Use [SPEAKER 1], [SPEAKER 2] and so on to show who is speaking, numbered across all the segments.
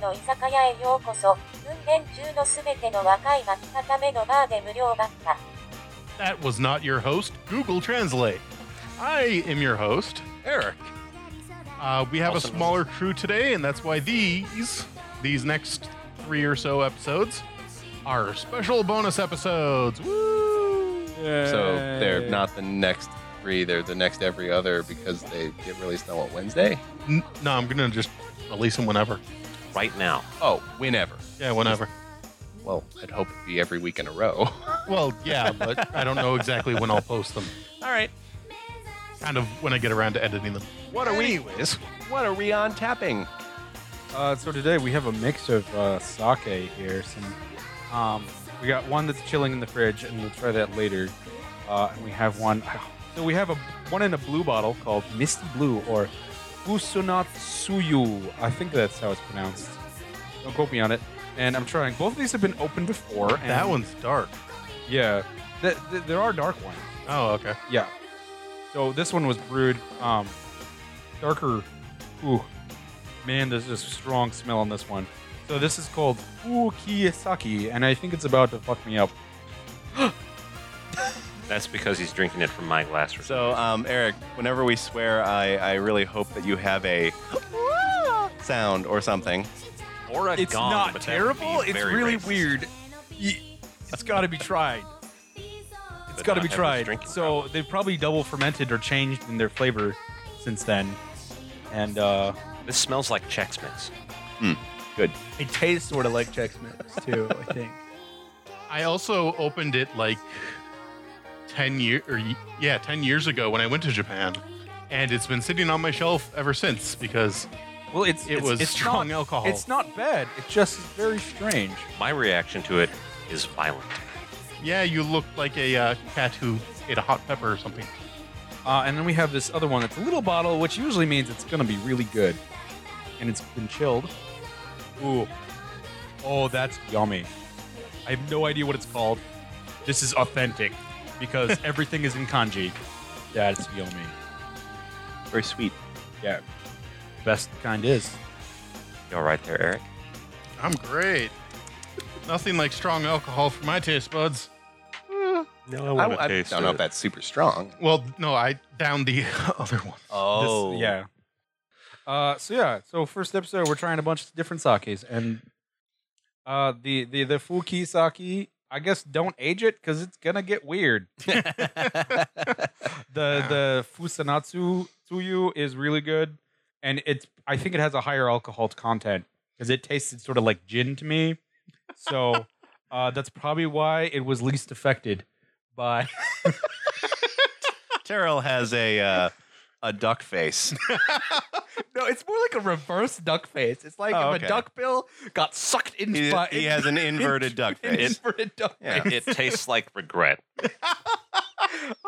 [SPEAKER 1] の居酒屋へようこそ、訓練中のすべての若い巻き固めのバーで無料バッタ。
[SPEAKER 2] That was not your host, Google Translate. I am your host, Eric. Uh, we have
[SPEAKER 3] Also
[SPEAKER 2] a smaller crew today, and that's why these, these next three or so episodes, are special bonus episodes. Woo!
[SPEAKER 3] So they're not the next three, they're the next every other because they get released on what, Wednesday?
[SPEAKER 2] N- no, I'm gonna just release them whenever.
[SPEAKER 4] right now.
[SPEAKER 3] Oh, whenever.
[SPEAKER 2] Yeah, whenever.
[SPEAKER 3] Well, I'd hope it'd be every week in a row.
[SPEAKER 2] Well, yeah, but I don't know exactly when I'll post them.
[SPEAKER 4] All right.
[SPEAKER 2] Kind of when I get around to editing them.
[SPEAKER 3] What are we? Anyways, what are we on tapping?
[SPEAKER 5] Uh, so today we have a mix of uh, sake here. Some, um, we got one that's chilling in the fridge, and we'll try that later. Uh, and we have one. So we have a one in a blue bottle called Misty Blue or Fusunatsuyu. I think that's how it's pronounced. Don't quote me on it. And I'm trying. Both of these have been opened before. And
[SPEAKER 2] That one's dark.
[SPEAKER 5] Yeah. Th- th- there are dark wines.
[SPEAKER 2] Oh, okay.
[SPEAKER 5] Yeah. So this one was brewed um, darker. Ooh, man, there's this strong smell on this one. So this is called Ukiyasaki, and I think it's about to fuck me up.
[SPEAKER 4] That's because he's drinking it from my glass.
[SPEAKER 3] So, um, Eric, whenever we swear, I, I really hope that you have a sound or something.
[SPEAKER 4] or a gong, but that would be very racist.
[SPEAKER 5] It's got to be tried. It's
[SPEAKER 4] But
[SPEAKER 5] got to
[SPEAKER 4] not have
[SPEAKER 5] be
[SPEAKER 4] this
[SPEAKER 5] tried.
[SPEAKER 4] drinking
[SPEAKER 5] So they've probably double fermented or changed in their flavor since then. And uh,
[SPEAKER 4] This smells like Chex Mix.
[SPEAKER 6] It tastes sort of like Chex Mix too. I think.
[SPEAKER 2] I also opened it like 10 year or y- yeah, 10 years ago when I went to Japan. And it's been sitting on my shelf ever since because
[SPEAKER 5] well, it's
[SPEAKER 2] It
[SPEAKER 5] it's-
[SPEAKER 2] was
[SPEAKER 5] it's
[SPEAKER 2] strong
[SPEAKER 5] not-
[SPEAKER 2] alcohol.
[SPEAKER 5] It's not bad. It just is very strange.
[SPEAKER 4] My reaction to it is violent.
[SPEAKER 2] yeah, you look like a uh, cat who ate a hot pepper or something.
[SPEAKER 5] Uh, and then we have this other one that's a little bottle, which usually means it's going to be really good. And it's been chilled. Ooh. Oh, that's yummy. I have no idea what it's called. This is authentic because everything is in kanji. That's yummy.
[SPEAKER 3] Very sweet.
[SPEAKER 5] Yeah. Best kind is.
[SPEAKER 4] You all right there, Eric?
[SPEAKER 2] I'm great. Nothing like strong alcohol for my taste buds.
[SPEAKER 4] No,
[SPEAKER 3] I, I don't know if that's super strong.
[SPEAKER 2] Well, no, I downed the other one.
[SPEAKER 5] This-
[SPEAKER 3] Oh,
[SPEAKER 5] yeah. Uh, so yeah, so first episode we're trying a bunch of different sakes, and uh, the the the fuki sake, I guess don't age it because it's gonna get weird. the the fusanatsu tsuyu is really good, and it's I think it has a higher alcohol content because it tasted sort of like gin to me. So uh, that's probably why it was least affected by
[SPEAKER 3] Terrell has a uh, a duck face.
[SPEAKER 6] No, it's more like a reverse duck face. It's like
[SPEAKER 3] Oh,
[SPEAKER 6] if
[SPEAKER 3] okay.
[SPEAKER 6] a duck bill got sucked in
[SPEAKER 3] he,
[SPEAKER 6] by
[SPEAKER 3] he has an inverted duck
[SPEAKER 6] an
[SPEAKER 3] face.
[SPEAKER 6] inverted duck
[SPEAKER 3] Yeah.
[SPEAKER 6] face.
[SPEAKER 4] It tastes like regret.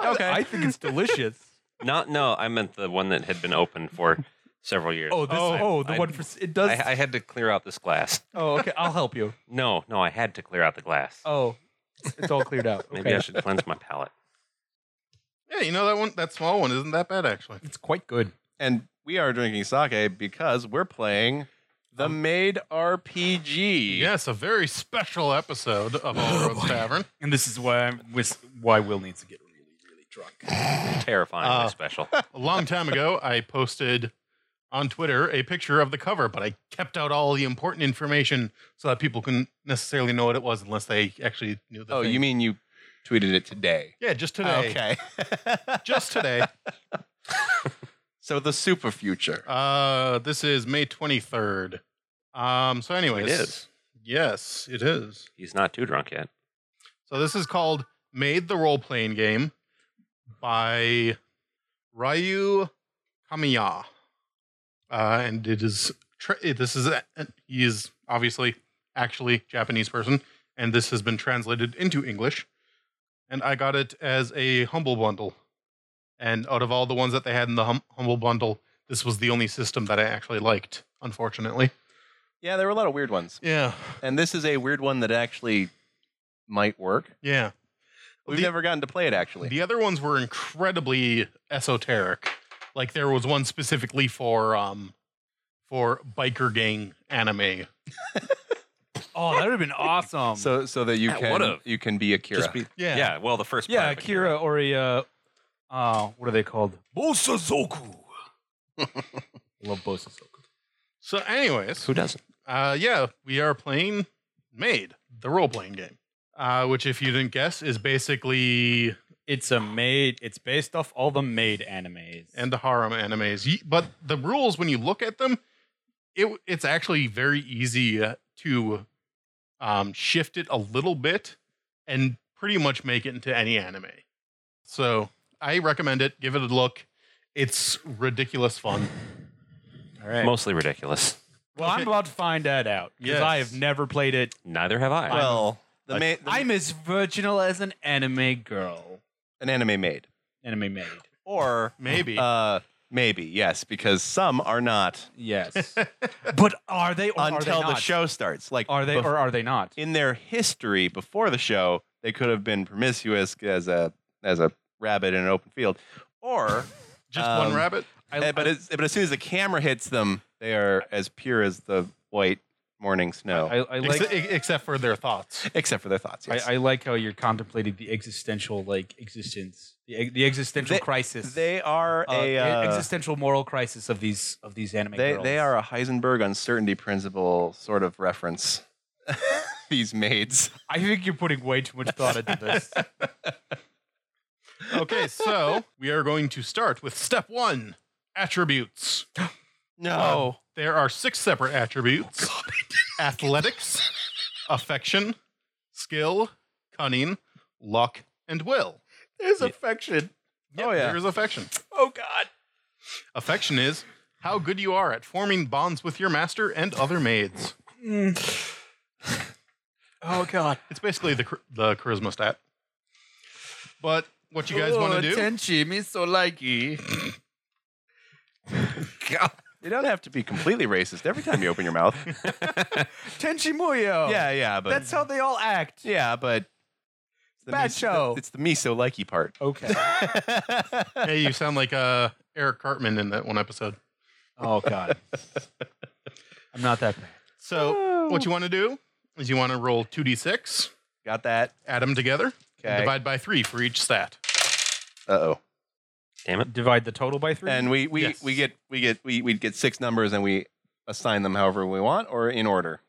[SPEAKER 3] Okay.
[SPEAKER 6] I think it's delicious.
[SPEAKER 4] Not, no, I meant the one that had been open for several years.
[SPEAKER 6] oh, this, oh,
[SPEAKER 4] I-
[SPEAKER 6] the
[SPEAKER 4] I-
[SPEAKER 6] one for it does.
[SPEAKER 4] I, I had to clear out this glass.
[SPEAKER 6] oh, okay. I'll help you.
[SPEAKER 4] No, no, I had to clear out the glass.
[SPEAKER 6] Oh, it's all cleared out.
[SPEAKER 4] Maybe I should cleanse my palate.
[SPEAKER 2] Yeah, you know that one, that small one isn't that bad actually.
[SPEAKER 5] it's quite good.
[SPEAKER 3] and we are drinking sake because we're playing the Made RPG.
[SPEAKER 2] Yes, a very special episode of All Roads Tavern.
[SPEAKER 5] And this is why I'm, with, why Will needs to get really, really drunk.
[SPEAKER 4] Terrifyingly
[SPEAKER 2] Uh.
[SPEAKER 4] special.
[SPEAKER 2] A long time ago, I posted on Twitter a picture of the cover, but I kept out all the important information so that people couldn't necessarily know what it was unless they actually knew the
[SPEAKER 3] Oh,
[SPEAKER 2] thing.
[SPEAKER 3] you mean you tweeted it today? Oh,
[SPEAKER 2] Yeah, just today.
[SPEAKER 3] Okay.
[SPEAKER 2] Just today.
[SPEAKER 3] so the super future.
[SPEAKER 2] Uh, this is May 23rd. Um, so anyways.
[SPEAKER 4] It is.
[SPEAKER 2] Yes, it is.
[SPEAKER 4] He's not too drunk yet.
[SPEAKER 2] So this is called Made the Role Playing Game by Ryu Kamiya. Uh, and it is, tra- it- this is, a- he is obviously actually Japanese person, and this has been translated into English. And I got it as a Humble Bundle. And out of all the ones that they had in the hum- Humble Bundle, this was the only system that I actually liked, unfortunately.
[SPEAKER 3] Yeah, there were a lot of weird ones,
[SPEAKER 2] Yeah.
[SPEAKER 3] and this is a weird one that actually might work.
[SPEAKER 2] Yeah.
[SPEAKER 3] We've
[SPEAKER 2] The-
[SPEAKER 3] never gotten to play it actually.
[SPEAKER 2] The other ones were incredibly esoteric. Like there was one specifically for um for biker gang anime.
[SPEAKER 7] Oh, that would have been awesome.
[SPEAKER 3] So so that you
[SPEAKER 4] Yeah,
[SPEAKER 3] can
[SPEAKER 4] would've.
[SPEAKER 3] you can be Akira.
[SPEAKER 4] Just be- yeah. Well, the first.
[SPEAKER 7] yeah,
[SPEAKER 4] part of Akira.
[SPEAKER 7] Akira or a uh, uh, what are they called? Bosazoku. I love Bosazoku.
[SPEAKER 2] So, anyways,
[SPEAKER 4] Who doesn't?
[SPEAKER 2] uh, yeah, we are playing Made, the role playing game, uh, which, if you didn't guess, is basically
[SPEAKER 5] It's a made. It's based off all the made animes.
[SPEAKER 2] and the harem animes. Ye- But the rules, when you look at them, it it's actually very easy uh, to um, shift it a little bit and pretty much make it into any anime. So I recommend it. Give it a look. It's ridiculous fun.
[SPEAKER 5] all right.
[SPEAKER 4] Mostly ridiculous.
[SPEAKER 5] well, I'm about to find that out because I
[SPEAKER 2] Yes.
[SPEAKER 5] have never played it.
[SPEAKER 4] Neither have I.
[SPEAKER 3] well, the
[SPEAKER 4] like-
[SPEAKER 3] main the-
[SPEAKER 5] I'm as virginal as an anime girl.
[SPEAKER 3] an anime made
[SPEAKER 5] Anime made.
[SPEAKER 3] or
[SPEAKER 2] Maybe.
[SPEAKER 3] uh maybe yes because some are not
[SPEAKER 7] Yes.
[SPEAKER 5] But are they or are they
[SPEAKER 3] until the
[SPEAKER 5] not?
[SPEAKER 3] show starts. Like
[SPEAKER 7] Are they
[SPEAKER 3] bef-
[SPEAKER 7] or are they not?
[SPEAKER 3] in their history before the show, they could have been promiscuous as a as a rabbit in an open field, or
[SPEAKER 2] Just one
[SPEAKER 3] um,
[SPEAKER 2] rabbit.
[SPEAKER 3] eh, but as, but as soon as the camera hits them, they are as pure as the white morning snow,
[SPEAKER 7] I, I
[SPEAKER 2] Ex-
[SPEAKER 7] like
[SPEAKER 2] e- except for their thoughts.
[SPEAKER 3] except for their thoughts. Yes.
[SPEAKER 7] I, I like how you're contemplating the existential like existence, the, ex- the existential
[SPEAKER 3] They-
[SPEAKER 7] crisis,
[SPEAKER 3] they are
[SPEAKER 7] uh,
[SPEAKER 3] a uh,
[SPEAKER 7] existential moral crisis of these of these anime.
[SPEAKER 3] they
[SPEAKER 7] girls.
[SPEAKER 3] they are a Heisenberg uncertainty principle sort of reference. These maids.
[SPEAKER 5] I think you're putting way too much thought into this.
[SPEAKER 2] Okay, so we are going to start with step one attributes.
[SPEAKER 3] No.
[SPEAKER 2] There are six separate attributes athletics, affection, skill, cunning, luck, and will.
[SPEAKER 6] There's affection.
[SPEAKER 2] oh, yeah. There is affection.
[SPEAKER 6] Oh God.
[SPEAKER 2] Affection is how good you are at forming bonds with your master and other maids.
[SPEAKER 5] oh God.
[SPEAKER 2] It's basically the, char- the charisma stat. But what you guys
[SPEAKER 3] Oh,
[SPEAKER 5] Oh,
[SPEAKER 2] want to do?
[SPEAKER 6] Tenchi, me so likey.
[SPEAKER 3] You don't have to be completely racist every time you open your mouth.
[SPEAKER 5] Tenchi Muyo.
[SPEAKER 3] yeah, yeah, but
[SPEAKER 5] That's how they all act.
[SPEAKER 3] Yeah, but it's the
[SPEAKER 5] Bad
[SPEAKER 3] miso,
[SPEAKER 5] show.
[SPEAKER 3] It's the miso likey part.
[SPEAKER 7] okay.
[SPEAKER 2] hey, you sound like uh, Eric Cartman in that one episode.
[SPEAKER 7] oh god, I'm not that bad.
[SPEAKER 2] So, what you want to do is you want to roll 2d6.
[SPEAKER 3] Got that?
[SPEAKER 2] add them together and
[SPEAKER 3] Okay.
[SPEAKER 2] divide by three for each stat.
[SPEAKER 3] Uh oh.
[SPEAKER 4] Damn it.
[SPEAKER 7] Divide the total by three.
[SPEAKER 3] And we we
[SPEAKER 2] Yes.
[SPEAKER 3] we get we get we we get six numbers and we assign them however we want or in order.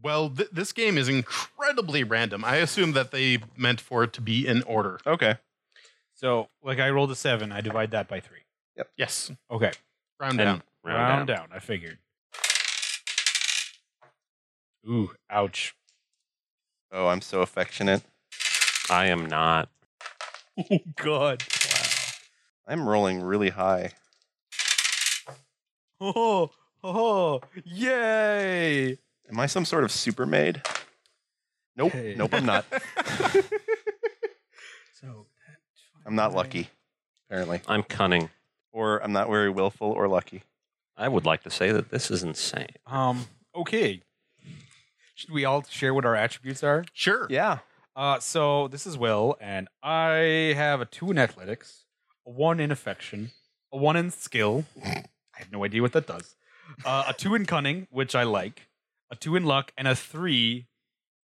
[SPEAKER 2] Well, th- this game is incredibly random. I assume that they meant for it to be in order.
[SPEAKER 3] Okay.
[SPEAKER 7] so
[SPEAKER 5] Like I rolled a seven. I divide that by three.
[SPEAKER 2] Yes,
[SPEAKER 7] okay,
[SPEAKER 2] round
[SPEAKER 4] And-
[SPEAKER 2] down.
[SPEAKER 4] Round,
[SPEAKER 5] Round
[SPEAKER 4] down.
[SPEAKER 5] down. I figured. Ooh. Ouch.
[SPEAKER 3] Oh, I'm so affectionate.
[SPEAKER 4] I am not.
[SPEAKER 5] Oh God.
[SPEAKER 3] I'm rolling really high.
[SPEAKER 5] Oh, oh, yay!
[SPEAKER 3] Am I some sort of super maid? Nope.
[SPEAKER 7] Hey.
[SPEAKER 3] Nope, I'm not.
[SPEAKER 7] so
[SPEAKER 3] I'm not lucky. Apparently.
[SPEAKER 4] I'm cunning.
[SPEAKER 3] Or I'm not very willful or lucky.
[SPEAKER 4] I would like to say that this is insane.
[SPEAKER 7] um okay. Should we all share what our attributes are?
[SPEAKER 2] Sure.
[SPEAKER 3] Yeah.
[SPEAKER 7] Uh, so this is Will, and I have a two in athletics, a one in affection, a one in skill. I have no idea what that does. Uh, a two in cunning, which I like, a two in luck, and a three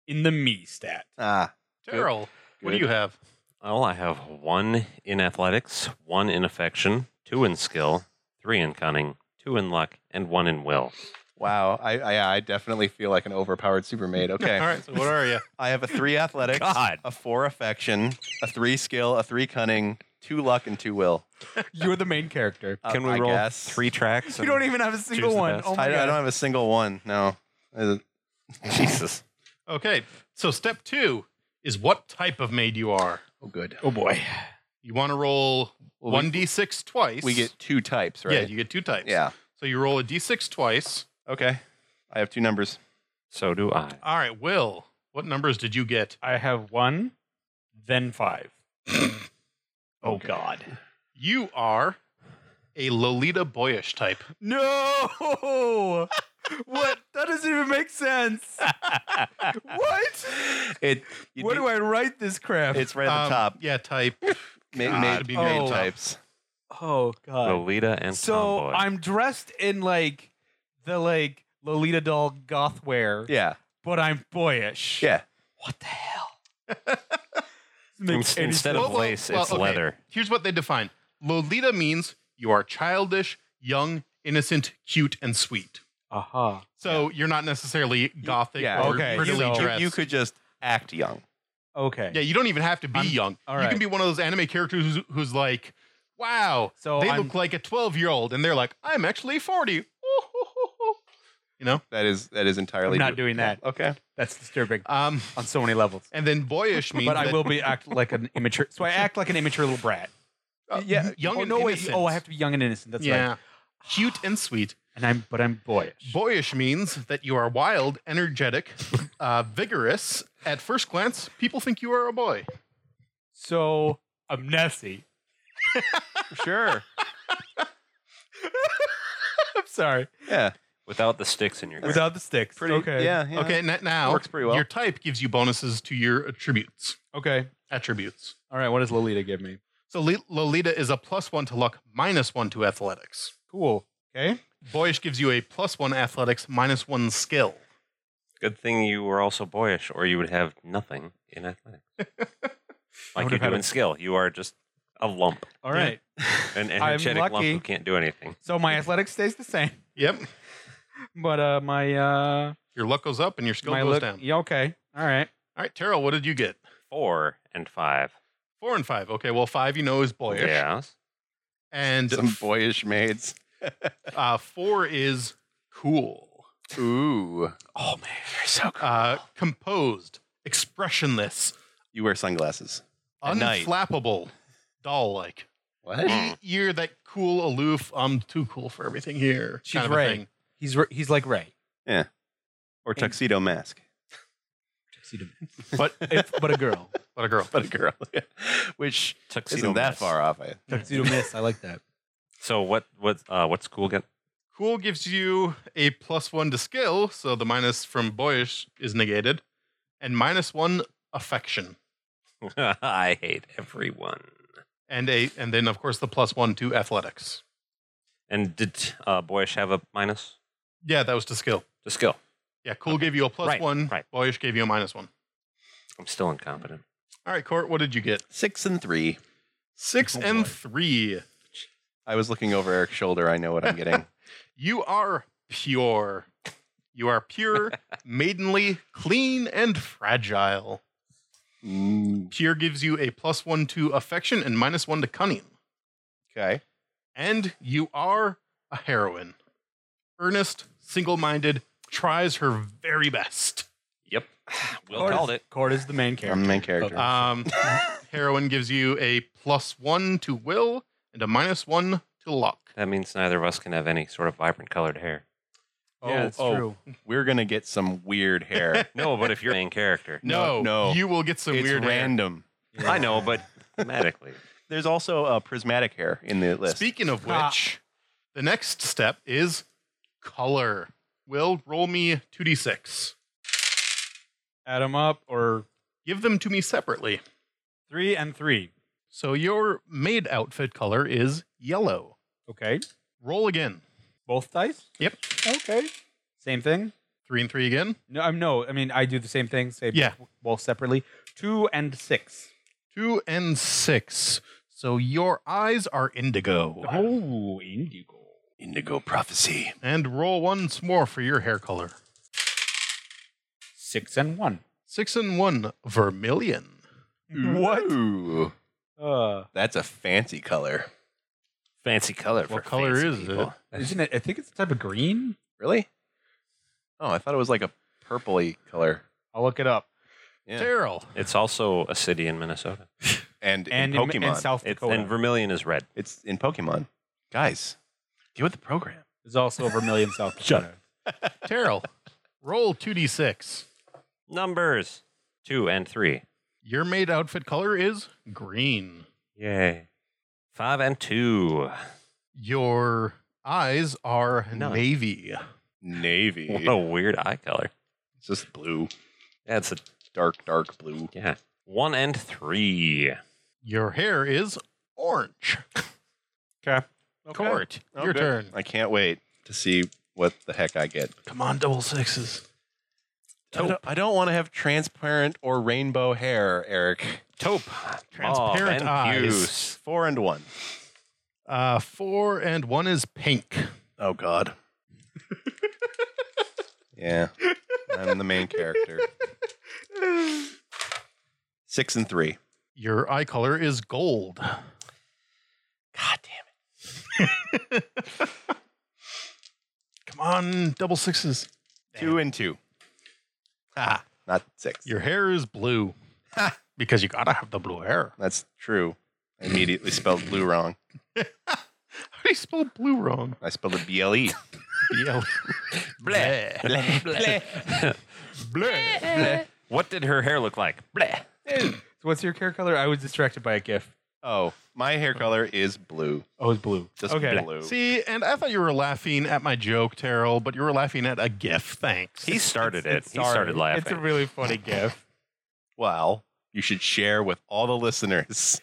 [SPEAKER 7] in the me stat.
[SPEAKER 3] Ah.
[SPEAKER 2] Daryl, what do
[SPEAKER 3] Good.
[SPEAKER 2] you have?
[SPEAKER 4] Well, I have one in athletics, one in affection, two in skill, three in cunning, two in luck, and one in will.
[SPEAKER 3] Wow. I I, I definitely feel like an overpowered super maid. Okay.
[SPEAKER 2] All right. So what are you?
[SPEAKER 3] I have a three athletics,
[SPEAKER 4] God.
[SPEAKER 3] a four affection, a three skill, a three cunning, two luck, and two will.
[SPEAKER 7] You're the main character.
[SPEAKER 3] Uh,
[SPEAKER 4] Can we
[SPEAKER 3] I
[SPEAKER 4] roll
[SPEAKER 3] guess.
[SPEAKER 4] three tracks?
[SPEAKER 7] You
[SPEAKER 4] and-
[SPEAKER 7] don't even have a single
[SPEAKER 4] the
[SPEAKER 7] one.
[SPEAKER 4] best.
[SPEAKER 7] Oh my
[SPEAKER 3] I, I
[SPEAKER 7] God.
[SPEAKER 3] don't have a single one. No. Uh, Jesus.
[SPEAKER 2] Okay. So step two is what type of maid you are.
[SPEAKER 3] Oh, good.
[SPEAKER 7] oh boy.
[SPEAKER 2] You want to roll
[SPEAKER 3] Well,
[SPEAKER 2] one
[SPEAKER 3] we,
[SPEAKER 2] d6 twice.
[SPEAKER 3] we get two types,
[SPEAKER 2] yeah.
[SPEAKER 3] right?
[SPEAKER 2] You get two types.
[SPEAKER 3] Yeah.
[SPEAKER 2] So you roll a d6 twice.
[SPEAKER 3] Okay. I have two numbers.
[SPEAKER 4] So do I.
[SPEAKER 2] All right, Will. What numbers did you get?
[SPEAKER 5] I have one, then five.
[SPEAKER 7] Oh God.
[SPEAKER 2] You are a Lolita boyish type.
[SPEAKER 5] No! what? That doesn't even make sense. what?
[SPEAKER 3] It. you
[SPEAKER 5] Where do I write this crap?
[SPEAKER 3] It's right at the
[SPEAKER 2] Um,
[SPEAKER 3] top.
[SPEAKER 2] Yeah, type.
[SPEAKER 3] Ma-
[SPEAKER 2] God.
[SPEAKER 3] made, made
[SPEAKER 5] Oh.
[SPEAKER 3] types.
[SPEAKER 5] oh God.
[SPEAKER 4] Lolita and
[SPEAKER 5] So
[SPEAKER 4] Tomboy.
[SPEAKER 5] I'm dressed in like the like Lolita doll goth wear,
[SPEAKER 3] Yeah.
[SPEAKER 5] but I'm boyish.
[SPEAKER 3] Yeah.
[SPEAKER 5] What the hell?
[SPEAKER 4] Ins- Instead of
[SPEAKER 2] Well, well,
[SPEAKER 4] lace,
[SPEAKER 2] well,
[SPEAKER 4] it's
[SPEAKER 2] okay.
[SPEAKER 4] leather.
[SPEAKER 2] Here's what they define Lolita means you are childish, young, innocent, cute, and sweet.
[SPEAKER 7] Aha.
[SPEAKER 2] So you're not necessarily gothic
[SPEAKER 3] yeah.
[SPEAKER 2] or
[SPEAKER 5] Okay,
[SPEAKER 2] prettily
[SPEAKER 5] so-
[SPEAKER 2] dressed.
[SPEAKER 3] You could just act young.
[SPEAKER 5] Okay.
[SPEAKER 2] yeah, you don't even have to be
[SPEAKER 5] I'm-
[SPEAKER 2] young.
[SPEAKER 5] all
[SPEAKER 2] You
[SPEAKER 5] right.
[SPEAKER 2] can be one of those anime characters who's, who's like, wow,
[SPEAKER 5] So
[SPEAKER 2] they
[SPEAKER 5] I'm-
[SPEAKER 2] look like a 12 year old. And they're like, I'm actually 40. You know?
[SPEAKER 3] That is that is entirely
[SPEAKER 5] I'm not doing that.
[SPEAKER 3] Okay.
[SPEAKER 5] That's disturbing
[SPEAKER 2] Um,
[SPEAKER 5] on so many levels.
[SPEAKER 2] and then boyish means
[SPEAKER 5] But I
[SPEAKER 2] that-
[SPEAKER 5] will be act like an immature. So I act like an immature little brat.
[SPEAKER 3] Uh,
[SPEAKER 2] yeah, young
[SPEAKER 5] oh,
[SPEAKER 2] and
[SPEAKER 5] no, wait.
[SPEAKER 2] innocent.
[SPEAKER 5] Oh, I have to be young and innocent. That's
[SPEAKER 2] yeah.
[SPEAKER 5] right.
[SPEAKER 2] Cute and sweet.
[SPEAKER 5] And I'm, but I'm boyish.
[SPEAKER 2] Boyish means that you are wild, energetic, uh, vigorous. At first glance, people think you are a boy.
[SPEAKER 5] so I'm Nessie.
[SPEAKER 3] Sure.
[SPEAKER 5] I'm sorry.
[SPEAKER 3] Yeah.
[SPEAKER 4] Without the sticks in your hair.
[SPEAKER 5] Without the sticks.
[SPEAKER 3] Pretty.
[SPEAKER 5] okay.
[SPEAKER 3] Yeah. yeah.
[SPEAKER 2] Okay, n- now
[SPEAKER 3] Works pretty well.
[SPEAKER 2] your type gives you bonuses to your attributes.
[SPEAKER 5] Okay.
[SPEAKER 2] Attributes.
[SPEAKER 7] All right. What does Lolita give me?
[SPEAKER 2] So Li- Lolita is a plus one to luck, minus one to athletics.
[SPEAKER 5] Cool. Okay.
[SPEAKER 2] Boyish gives you a plus one athletics, minus one skill.
[SPEAKER 4] Good thing you were also boyish, or you would have nothing in athletics. like
[SPEAKER 5] would
[SPEAKER 4] you
[SPEAKER 5] have had
[SPEAKER 4] do in
[SPEAKER 5] a-
[SPEAKER 4] skill. You are just a lump,
[SPEAKER 5] All right.
[SPEAKER 4] an energetic lump
[SPEAKER 5] lucky.
[SPEAKER 4] who can't do anything.
[SPEAKER 5] So my athletics stays the same,
[SPEAKER 2] Yep.
[SPEAKER 5] but uh, my uh,
[SPEAKER 2] Your luck goes up and your skill
[SPEAKER 5] my
[SPEAKER 2] goes
[SPEAKER 5] look.
[SPEAKER 2] down.
[SPEAKER 5] Yeah. Okay. All right.
[SPEAKER 2] All right, Terrell, what did you get?
[SPEAKER 4] Four and five.
[SPEAKER 2] Four and five. Okay, well, five you know is boyish.
[SPEAKER 4] Yes.
[SPEAKER 2] And
[SPEAKER 3] Some boyish maids.
[SPEAKER 2] uh, four is cool.
[SPEAKER 3] Ooh.
[SPEAKER 5] Oh man, you're so cool.
[SPEAKER 2] uh, composed, expressionless,
[SPEAKER 3] You wear sunglasses. At night.
[SPEAKER 2] unflappable, doll like.
[SPEAKER 3] What?
[SPEAKER 2] You're that cool, aloof, I'm too cool for everything here.
[SPEAKER 5] She's
[SPEAKER 2] kind of a
[SPEAKER 5] right.
[SPEAKER 2] thing.
[SPEAKER 5] He's re- he's like Ray.
[SPEAKER 3] Or tuxedo mask.
[SPEAKER 5] But if, but a girl.
[SPEAKER 2] What a girl.
[SPEAKER 3] But a girl. Which
[SPEAKER 4] Tuxedo
[SPEAKER 3] isn't that
[SPEAKER 4] mess.
[SPEAKER 3] far off. I,
[SPEAKER 5] Tuxedo Miss. I like that.
[SPEAKER 4] So what? What? Uh, what's cool? Get
[SPEAKER 2] Cool gives you a plus one to skill, so the minus from boyish is negated, and minus one affection,
[SPEAKER 4] I hate everyone.
[SPEAKER 2] and a and then of course the plus one to athletics.
[SPEAKER 4] And did uh, boyish have a minus
[SPEAKER 2] Yeah, that was to skill.
[SPEAKER 4] to skill?
[SPEAKER 2] Yeah, cool gave you a plus
[SPEAKER 4] Right,
[SPEAKER 2] one.
[SPEAKER 4] right.
[SPEAKER 2] Boyish gave you a minus one.
[SPEAKER 4] I'm still incompetent.
[SPEAKER 2] All right, Court, what did you get?
[SPEAKER 3] six and three.
[SPEAKER 2] Six
[SPEAKER 5] Oh,
[SPEAKER 2] and
[SPEAKER 5] boy.
[SPEAKER 2] three.
[SPEAKER 3] I was looking over Eric's shoulder. I know what I'm getting.
[SPEAKER 2] You are pure. You are pure, maidenly, clean, and fragile.
[SPEAKER 3] Mm,
[SPEAKER 2] Pure gives you a plus one to affection and minus one to cunning.
[SPEAKER 3] okay.
[SPEAKER 2] And you are a heroine. Earnest, single minded, tries her very best.
[SPEAKER 4] Yep. Will
[SPEAKER 5] Cord
[SPEAKER 4] called
[SPEAKER 5] is-
[SPEAKER 4] it.
[SPEAKER 5] Cord is the main
[SPEAKER 3] I'm
[SPEAKER 5] character.
[SPEAKER 3] the main character.
[SPEAKER 2] Um, heroine gives you a plus one to will and a minus one to luck.
[SPEAKER 4] That means neither of us can have any sort of vibrant colored hair.
[SPEAKER 5] yeah, that's
[SPEAKER 3] oh,
[SPEAKER 5] true.
[SPEAKER 3] We're going to get some weird hair.
[SPEAKER 4] No, but if you're main character,
[SPEAKER 3] No, no.
[SPEAKER 2] You will get some
[SPEAKER 3] it's
[SPEAKER 2] weird hair.
[SPEAKER 3] random.
[SPEAKER 4] I know, but thematically,
[SPEAKER 3] There's also uh, prismatic hair in the list.
[SPEAKER 2] Speaking of
[SPEAKER 5] Ah.
[SPEAKER 2] which, the next step is color. Will roll me 2d6.
[SPEAKER 5] Add them up or
[SPEAKER 2] Give them to me separately.
[SPEAKER 5] three and three.
[SPEAKER 2] So your maid outfit color is yellow.
[SPEAKER 5] Okay.
[SPEAKER 2] Roll again.
[SPEAKER 5] Both dice.
[SPEAKER 2] Yep.
[SPEAKER 5] Okay. Same thing.
[SPEAKER 2] Three and three again.
[SPEAKER 5] No, I'm no. I mean, I do the same thing. Say
[SPEAKER 2] Yeah.
[SPEAKER 5] both separately. Two and six.
[SPEAKER 2] Two and six. So your eyes are indigo.
[SPEAKER 5] Oh, indigo.
[SPEAKER 3] Indigo prophecy.
[SPEAKER 2] And roll once more for your hair color.
[SPEAKER 5] Six and one.
[SPEAKER 2] Six and one, vermilion.
[SPEAKER 3] Mm-hmm.
[SPEAKER 5] What?
[SPEAKER 3] Ooh,
[SPEAKER 5] Uh,
[SPEAKER 3] that's a fancy color.
[SPEAKER 4] fancy color.
[SPEAKER 2] What
[SPEAKER 4] for
[SPEAKER 2] color
[SPEAKER 4] fancy
[SPEAKER 2] is
[SPEAKER 4] people.
[SPEAKER 2] it?
[SPEAKER 5] isn't it? I think it's a type of green.
[SPEAKER 3] Really? Oh, I thought it was like a purpley color.
[SPEAKER 5] I'll look it up.
[SPEAKER 3] Yeah.
[SPEAKER 2] Daryl.
[SPEAKER 4] It's also a city in Minnesota.
[SPEAKER 3] And,
[SPEAKER 5] And
[SPEAKER 3] in
[SPEAKER 5] in,
[SPEAKER 3] Pokemon.
[SPEAKER 5] and South
[SPEAKER 4] It's,
[SPEAKER 5] Dakota.
[SPEAKER 4] and vermilion is red.
[SPEAKER 3] it's in Pokemon. Guys, get with the program.
[SPEAKER 5] There's also a vermilion South Dakota.
[SPEAKER 2] Daryl. Roll 2d6.
[SPEAKER 4] Numbers two and three.
[SPEAKER 2] Your maid outfit color is green.
[SPEAKER 4] Yay. Five and two.
[SPEAKER 2] Your eyes are
[SPEAKER 4] None.
[SPEAKER 2] navy.
[SPEAKER 3] Navy.
[SPEAKER 4] What a weird eye color.
[SPEAKER 3] It's just blue.
[SPEAKER 4] Yeah, it's a
[SPEAKER 3] Dark, dark blue.
[SPEAKER 4] yeah. One and three.
[SPEAKER 2] Your hair is orange.
[SPEAKER 5] Okay.
[SPEAKER 2] Court,
[SPEAKER 3] Oh,
[SPEAKER 2] your
[SPEAKER 3] good.
[SPEAKER 2] turn.
[SPEAKER 3] I can't wait to see what the heck I get.
[SPEAKER 2] Come on, double sixes.
[SPEAKER 3] I don't, I don't want to have transparent or rainbow hair, Eric.
[SPEAKER 4] Taupe.
[SPEAKER 2] Transparent
[SPEAKER 4] Mauve Oh, and
[SPEAKER 2] eyes.
[SPEAKER 4] puce.
[SPEAKER 3] Four and one.
[SPEAKER 2] Uh, four and one is pink.
[SPEAKER 3] Oh God. yeah, I'm the main character. Six and three.
[SPEAKER 2] Your eye color is gold.
[SPEAKER 3] God damn it!
[SPEAKER 2] Come on, double sixes.
[SPEAKER 3] Two and two. Ha! Not six.
[SPEAKER 2] Ah, Your hair is blue because you gotta have the blue hair.
[SPEAKER 3] That's true. I immediately spelled blue wrong.
[SPEAKER 2] How do you spell blue wrong?
[SPEAKER 3] I spelled it B L E.
[SPEAKER 2] Bleh. Bleh.
[SPEAKER 4] What did her hair look like?
[SPEAKER 5] So what's your hair color? I was distracted by a gif.
[SPEAKER 3] Oh, my hair color is blue.
[SPEAKER 5] Oh, it's blue.
[SPEAKER 3] Just
[SPEAKER 5] Okay.
[SPEAKER 3] blue.
[SPEAKER 2] See, and I thought you were laughing at my joke, Terrell, but you were laughing at a gif. Thanks.
[SPEAKER 4] He started it.
[SPEAKER 5] It's
[SPEAKER 4] He started
[SPEAKER 5] sorry. It's a
[SPEAKER 4] laughing.
[SPEAKER 5] really funny gif.
[SPEAKER 3] Well, you should share with all the listeners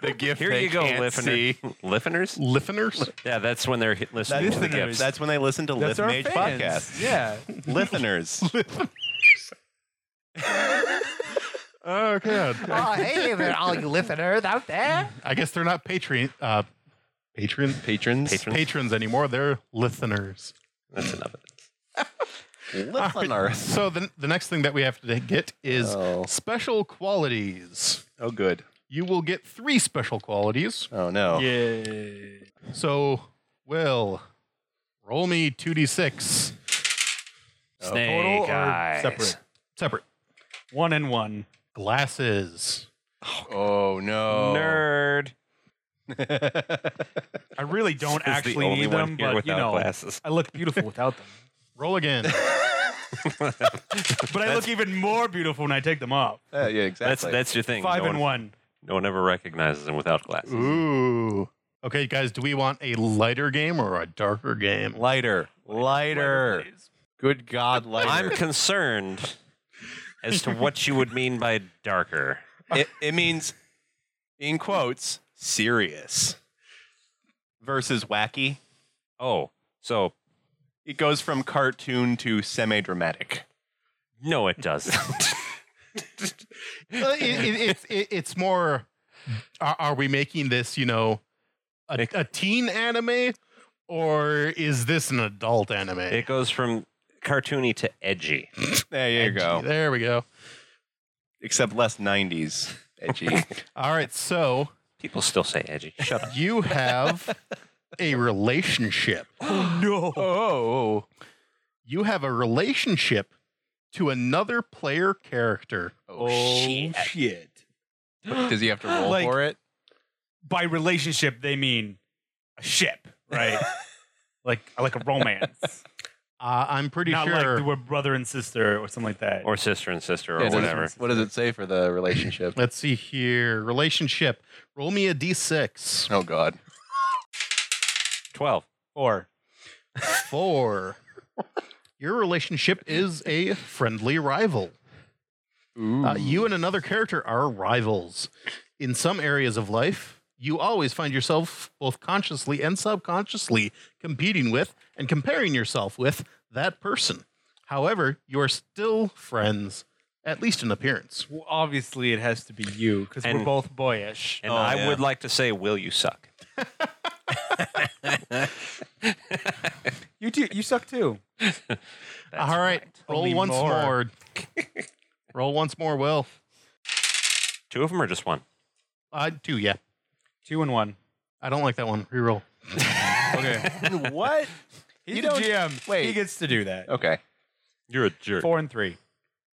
[SPEAKER 3] the gift.
[SPEAKER 4] Here
[SPEAKER 3] they
[SPEAKER 4] you go,
[SPEAKER 3] can't see.
[SPEAKER 4] Liffeners. Liffeners?
[SPEAKER 2] Listeners?
[SPEAKER 4] Yeah, that's when they're hi- listening to the gifts.
[SPEAKER 3] That's when they listen to Lift
[SPEAKER 5] That's our
[SPEAKER 3] Mage
[SPEAKER 5] fans.
[SPEAKER 3] podcast.
[SPEAKER 5] Yeah.
[SPEAKER 3] Listeners.
[SPEAKER 2] Oh, God.
[SPEAKER 6] Oh, hey there, all you listeners out there.
[SPEAKER 2] I guess they're not Patreon, uh, Patreon
[SPEAKER 3] Patrons.
[SPEAKER 4] Patrons.
[SPEAKER 2] patrons another. They're listeners.
[SPEAKER 4] That's enough.
[SPEAKER 3] Listeners.
[SPEAKER 2] So the, the next thing that we have to get is
[SPEAKER 3] Oh.
[SPEAKER 2] special qualities.
[SPEAKER 3] oh, good.
[SPEAKER 2] You will get three special qualities.
[SPEAKER 3] Oh, no.
[SPEAKER 5] Yay.
[SPEAKER 2] So, Will, roll me 2d6
[SPEAKER 3] Oh.
[SPEAKER 4] Snake eyes.
[SPEAKER 5] Separate.
[SPEAKER 2] separate.
[SPEAKER 5] One and one.
[SPEAKER 2] Glasses.
[SPEAKER 3] Oh, no.
[SPEAKER 4] Nerd.
[SPEAKER 5] I really don't
[SPEAKER 4] Is the
[SPEAKER 5] actually
[SPEAKER 4] only
[SPEAKER 5] need
[SPEAKER 4] one
[SPEAKER 5] them,
[SPEAKER 4] here
[SPEAKER 5] but you
[SPEAKER 4] without
[SPEAKER 5] know,
[SPEAKER 4] glasses.
[SPEAKER 5] I look beautiful without them.
[SPEAKER 2] Roll again.
[SPEAKER 5] But I look even more beautiful when I take them off.
[SPEAKER 3] Uh, yeah, exactly.
[SPEAKER 4] That's that's your thing.
[SPEAKER 5] Five
[SPEAKER 4] no
[SPEAKER 5] and
[SPEAKER 4] one,
[SPEAKER 5] one.
[SPEAKER 4] No one ever recognizes him without glasses.
[SPEAKER 2] Ooh. Okay, guys, do we want a lighter game or a darker game?
[SPEAKER 3] lighter. Lighter. Good God, lighter.
[SPEAKER 4] I'm concerned as to what you would mean by darker.
[SPEAKER 3] it, it means, in quotes, serious versus wacky.
[SPEAKER 4] Oh, so
[SPEAKER 3] It goes from cartoon to semi dramatic.
[SPEAKER 4] no, it doesn't.
[SPEAKER 2] Uh, it- it- it's- it- it's more are, are we making this, you know, a, a teen anime or is this an adult anime?
[SPEAKER 4] it goes from cartoony to edgy.
[SPEAKER 3] There you go.
[SPEAKER 2] There we go.
[SPEAKER 3] Except less 90s edgy.
[SPEAKER 2] All right, so
[SPEAKER 4] People still say edgy. Shut up.
[SPEAKER 2] you have a relationship.
[SPEAKER 5] No.
[SPEAKER 3] oh.
[SPEAKER 2] You have a relationship to another player character.
[SPEAKER 3] Oh, shit. But does he have to roll
[SPEAKER 5] Like-
[SPEAKER 3] for it?
[SPEAKER 5] By relationship, they mean a ship, right? like like a romance.
[SPEAKER 2] Uh, I'm pretty
[SPEAKER 5] Not
[SPEAKER 2] sure.
[SPEAKER 5] like we're brother and sister or something like that.
[SPEAKER 4] Or sister and sister or
[SPEAKER 3] Yeah, does it-
[SPEAKER 4] whatever.
[SPEAKER 3] What does it say for the relationship?
[SPEAKER 2] Let's see here. Relationship. Roll me a d6.
[SPEAKER 3] oh God.
[SPEAKER 4] Twelve.
[SPEAKER 5] or
[SPEAKER 2] Four. Your relationship is a friendly rival. Uh, you and another character are rivals. In some areas of life, you always find yourself both consciously and subconsciously competing with and comparing yourself with that person. However, you are still friends, at least in appearance.
[SPEAKER 5] Well, obviously, it has to be you because we're
[SPEAKER 4] And-
[SPEAKER 5] both boyish.
[SPEAKER 4] And
[SPEAKER 3] Oh,
[SPEAKER 4] I
[SPEAKER 3] yeah.
[SPEAKER 4] would like to say, will you suck?
[SPEAKER 5] You too. You suck too.
[SPEAKER 4] That's
[SPEAKER 2] All right,
[SPEAKER 4] correct.
[SPEAKER 2] roll
[SPEAKER 5] Only
[SPEAKER 2] once
[SPEAKER 5] more.
[SPEAKER 2] more. roll once more, Will.
[SPEAKER 4] Two of them or just one?
[SPEAKER 2] Uh, two, yeah.
[SPEAKER 5] Two and one.
[SPEAKER 2] I don't like that one. Reroll.
[SPEAKER 3] what?
[SPEAKER 5] He's
[SPEAKER 3] You
[SPEAKER 5] the
[SPEAKER 3] don't-
[SPEAKER 5] GM.
[SPEAKER 3] wait.
[SPEAKER 5] He gets to do that.
[SPEAKER 3] Okay.
[SPEAKER 4] You're a jerk.
[SPEAKER 5] Four and three.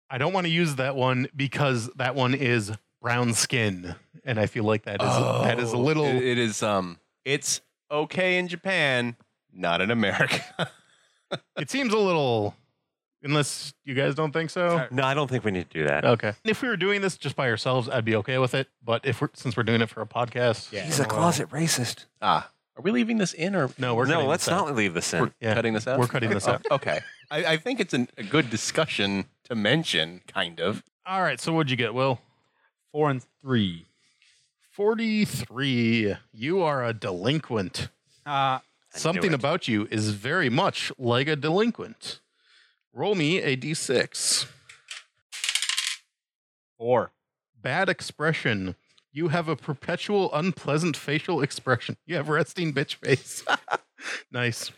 [SPEAKER 2] I don't want to use that one because that one is brown skin, and I feel like that is that is a
[SPEAKER 3] Oh,
[SPEAKER 2] little.
[SPEAKER 3] It, it is. Um. It's okay in Japan, not in America.
[SPEAKER 2] it seems a little. Unless you guys don't think so.
[SPEAKER 4] No, I don't think we need to do that.
[SPEAKER 3] Oh.
[SPEAKER 2] Okay. If we were doing this just by ourselves, I'd be okay with it. But if we're since we're doing it for a podcast,
[SPEAKER 5] Yeah.
[SPEAKER 4] He's a closet racist.
[SPEAKER 3] ah. Are we leaving this in or
[SPEAKER 2] No, we're
[SPEAKER 4] no,
[SPEAKER 2] cutting
[SPEAKER 4] let's
[SPEAKER 2] this out.
[SPEAKER 4] not leave this in.
[SPEAKER 3] we're
[SPEAKER 2] Yeah.
[SPEAKER 3] cutting this out?
[SPEAKER 2] We're cutting this out.
[SPEAKER 3] Oh, okay. I, I think it's an, a good discussion to mention, kind of.
[SPEAKER 2] All right. So what'd you get, Will?
[SPEAKER 5] Four and three.
[SPEAKER 2] Forty-three. You are a delinquent.
[SPEAKER 5] Uh,
[SPEAKER 4] I knew
[SPEAKER 2] Something
[SPEAKER 4] it.
[SPEAKER 2] about you is very much like a delinquent. Roll me a d6.
[SPEAKER 7] Four.
[SPEAKER 2] Bad expression. You have a perpetual unpleasant facial expression. You have resting bitch face. nice.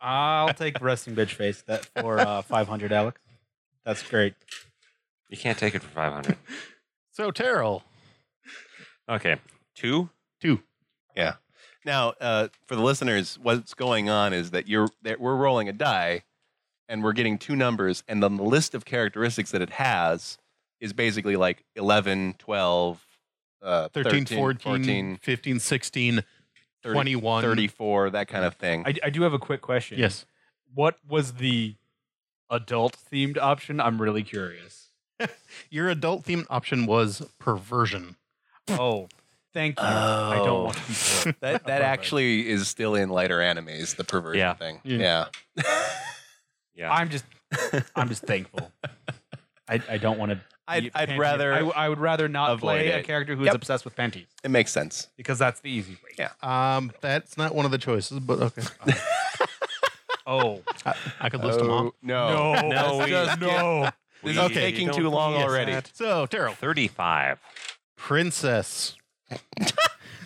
[SPEAKER 6] I'll take resting bitch face that for uh, 500, Alex. That's great.
[SPEAKER 4] You can't take it for 500.
[SPEAKER 2] So Terrell,
[SPEAKER 4] Okay. Two?
[SPEAKER 3] Now, uh, for the listeners, what's going on is that you're that we're rolling a die, and we're getting two numbers, and then the list of characteristics that it has is basically like 11, 12, uh,
[SPEAKER 2] 13, 14,
[SPEAKER 3] 14,
[SPEAKER 2] 15, 16,
[SPEAKER 3] 30,
[SPEAKER 2] 21.
[SPEAKER 3] 34, that kind of thing.
[SPEAKER 5] I, I do have a quick question.
[SPEAKER 2] Yes.
[SPEAKER 5] What was the adult themed option? I'm really curious.
[SPEAKER 2] Your adult themed option was perversion.
[SPEAKER 5] Oh, thank you. I don't want to be poor.
[SPEAKER 3] that that actually is still in later animes, the perversion
[SPEAKER 4] Yeah.
[SPEAKER 3] thing.
[SPEAKER 2] Yeah.
[SPEAKER 3] Yeah.
[SPEAKER 4] Yeah.
[SPEAKER 5] I'm just, I'm just thankful. I, I don't want to.
[SPEAKER 3] I'd, I'd rather.
[SPEAKER 5] I, I would rather not
[SPEAKER 3] avoid
[SPEAKER 5] play a
[SPEAKER 3] it.
[SPEAKER 5] character who is
[SPEAKER 3] Yep.
[SPEAKER 5] obsessed with panties
[SPEAKER 3] it makes sense.
[SPEAKER 5] because that's the easy way.
[SPEAKER 2] Um, that's not one of the choices, but okay.
[SPEAKER 5] Oh
[SPEAKER 2] I, I could list them
[SPEAKER 3] Oh.
[SPEAKER 2] all.
[SPEAKER 3] no.
[SPEAKER 4] No,
[SPEAKER 3] Let's
[SPEAKER 4] we-
[SPEAKER 3] just get-
[SPEAKER 4] We-
[SPEAKER 3] This is taking
[SPEAKER 4] don't
[SPEAKER 3] too long
[SPEAKER 4] need it.
[SPEAKER 3] already.
[SPEAKER 2] So Terrell,
[SPEAKER 4] 35.
[SPEAKER 2] princess.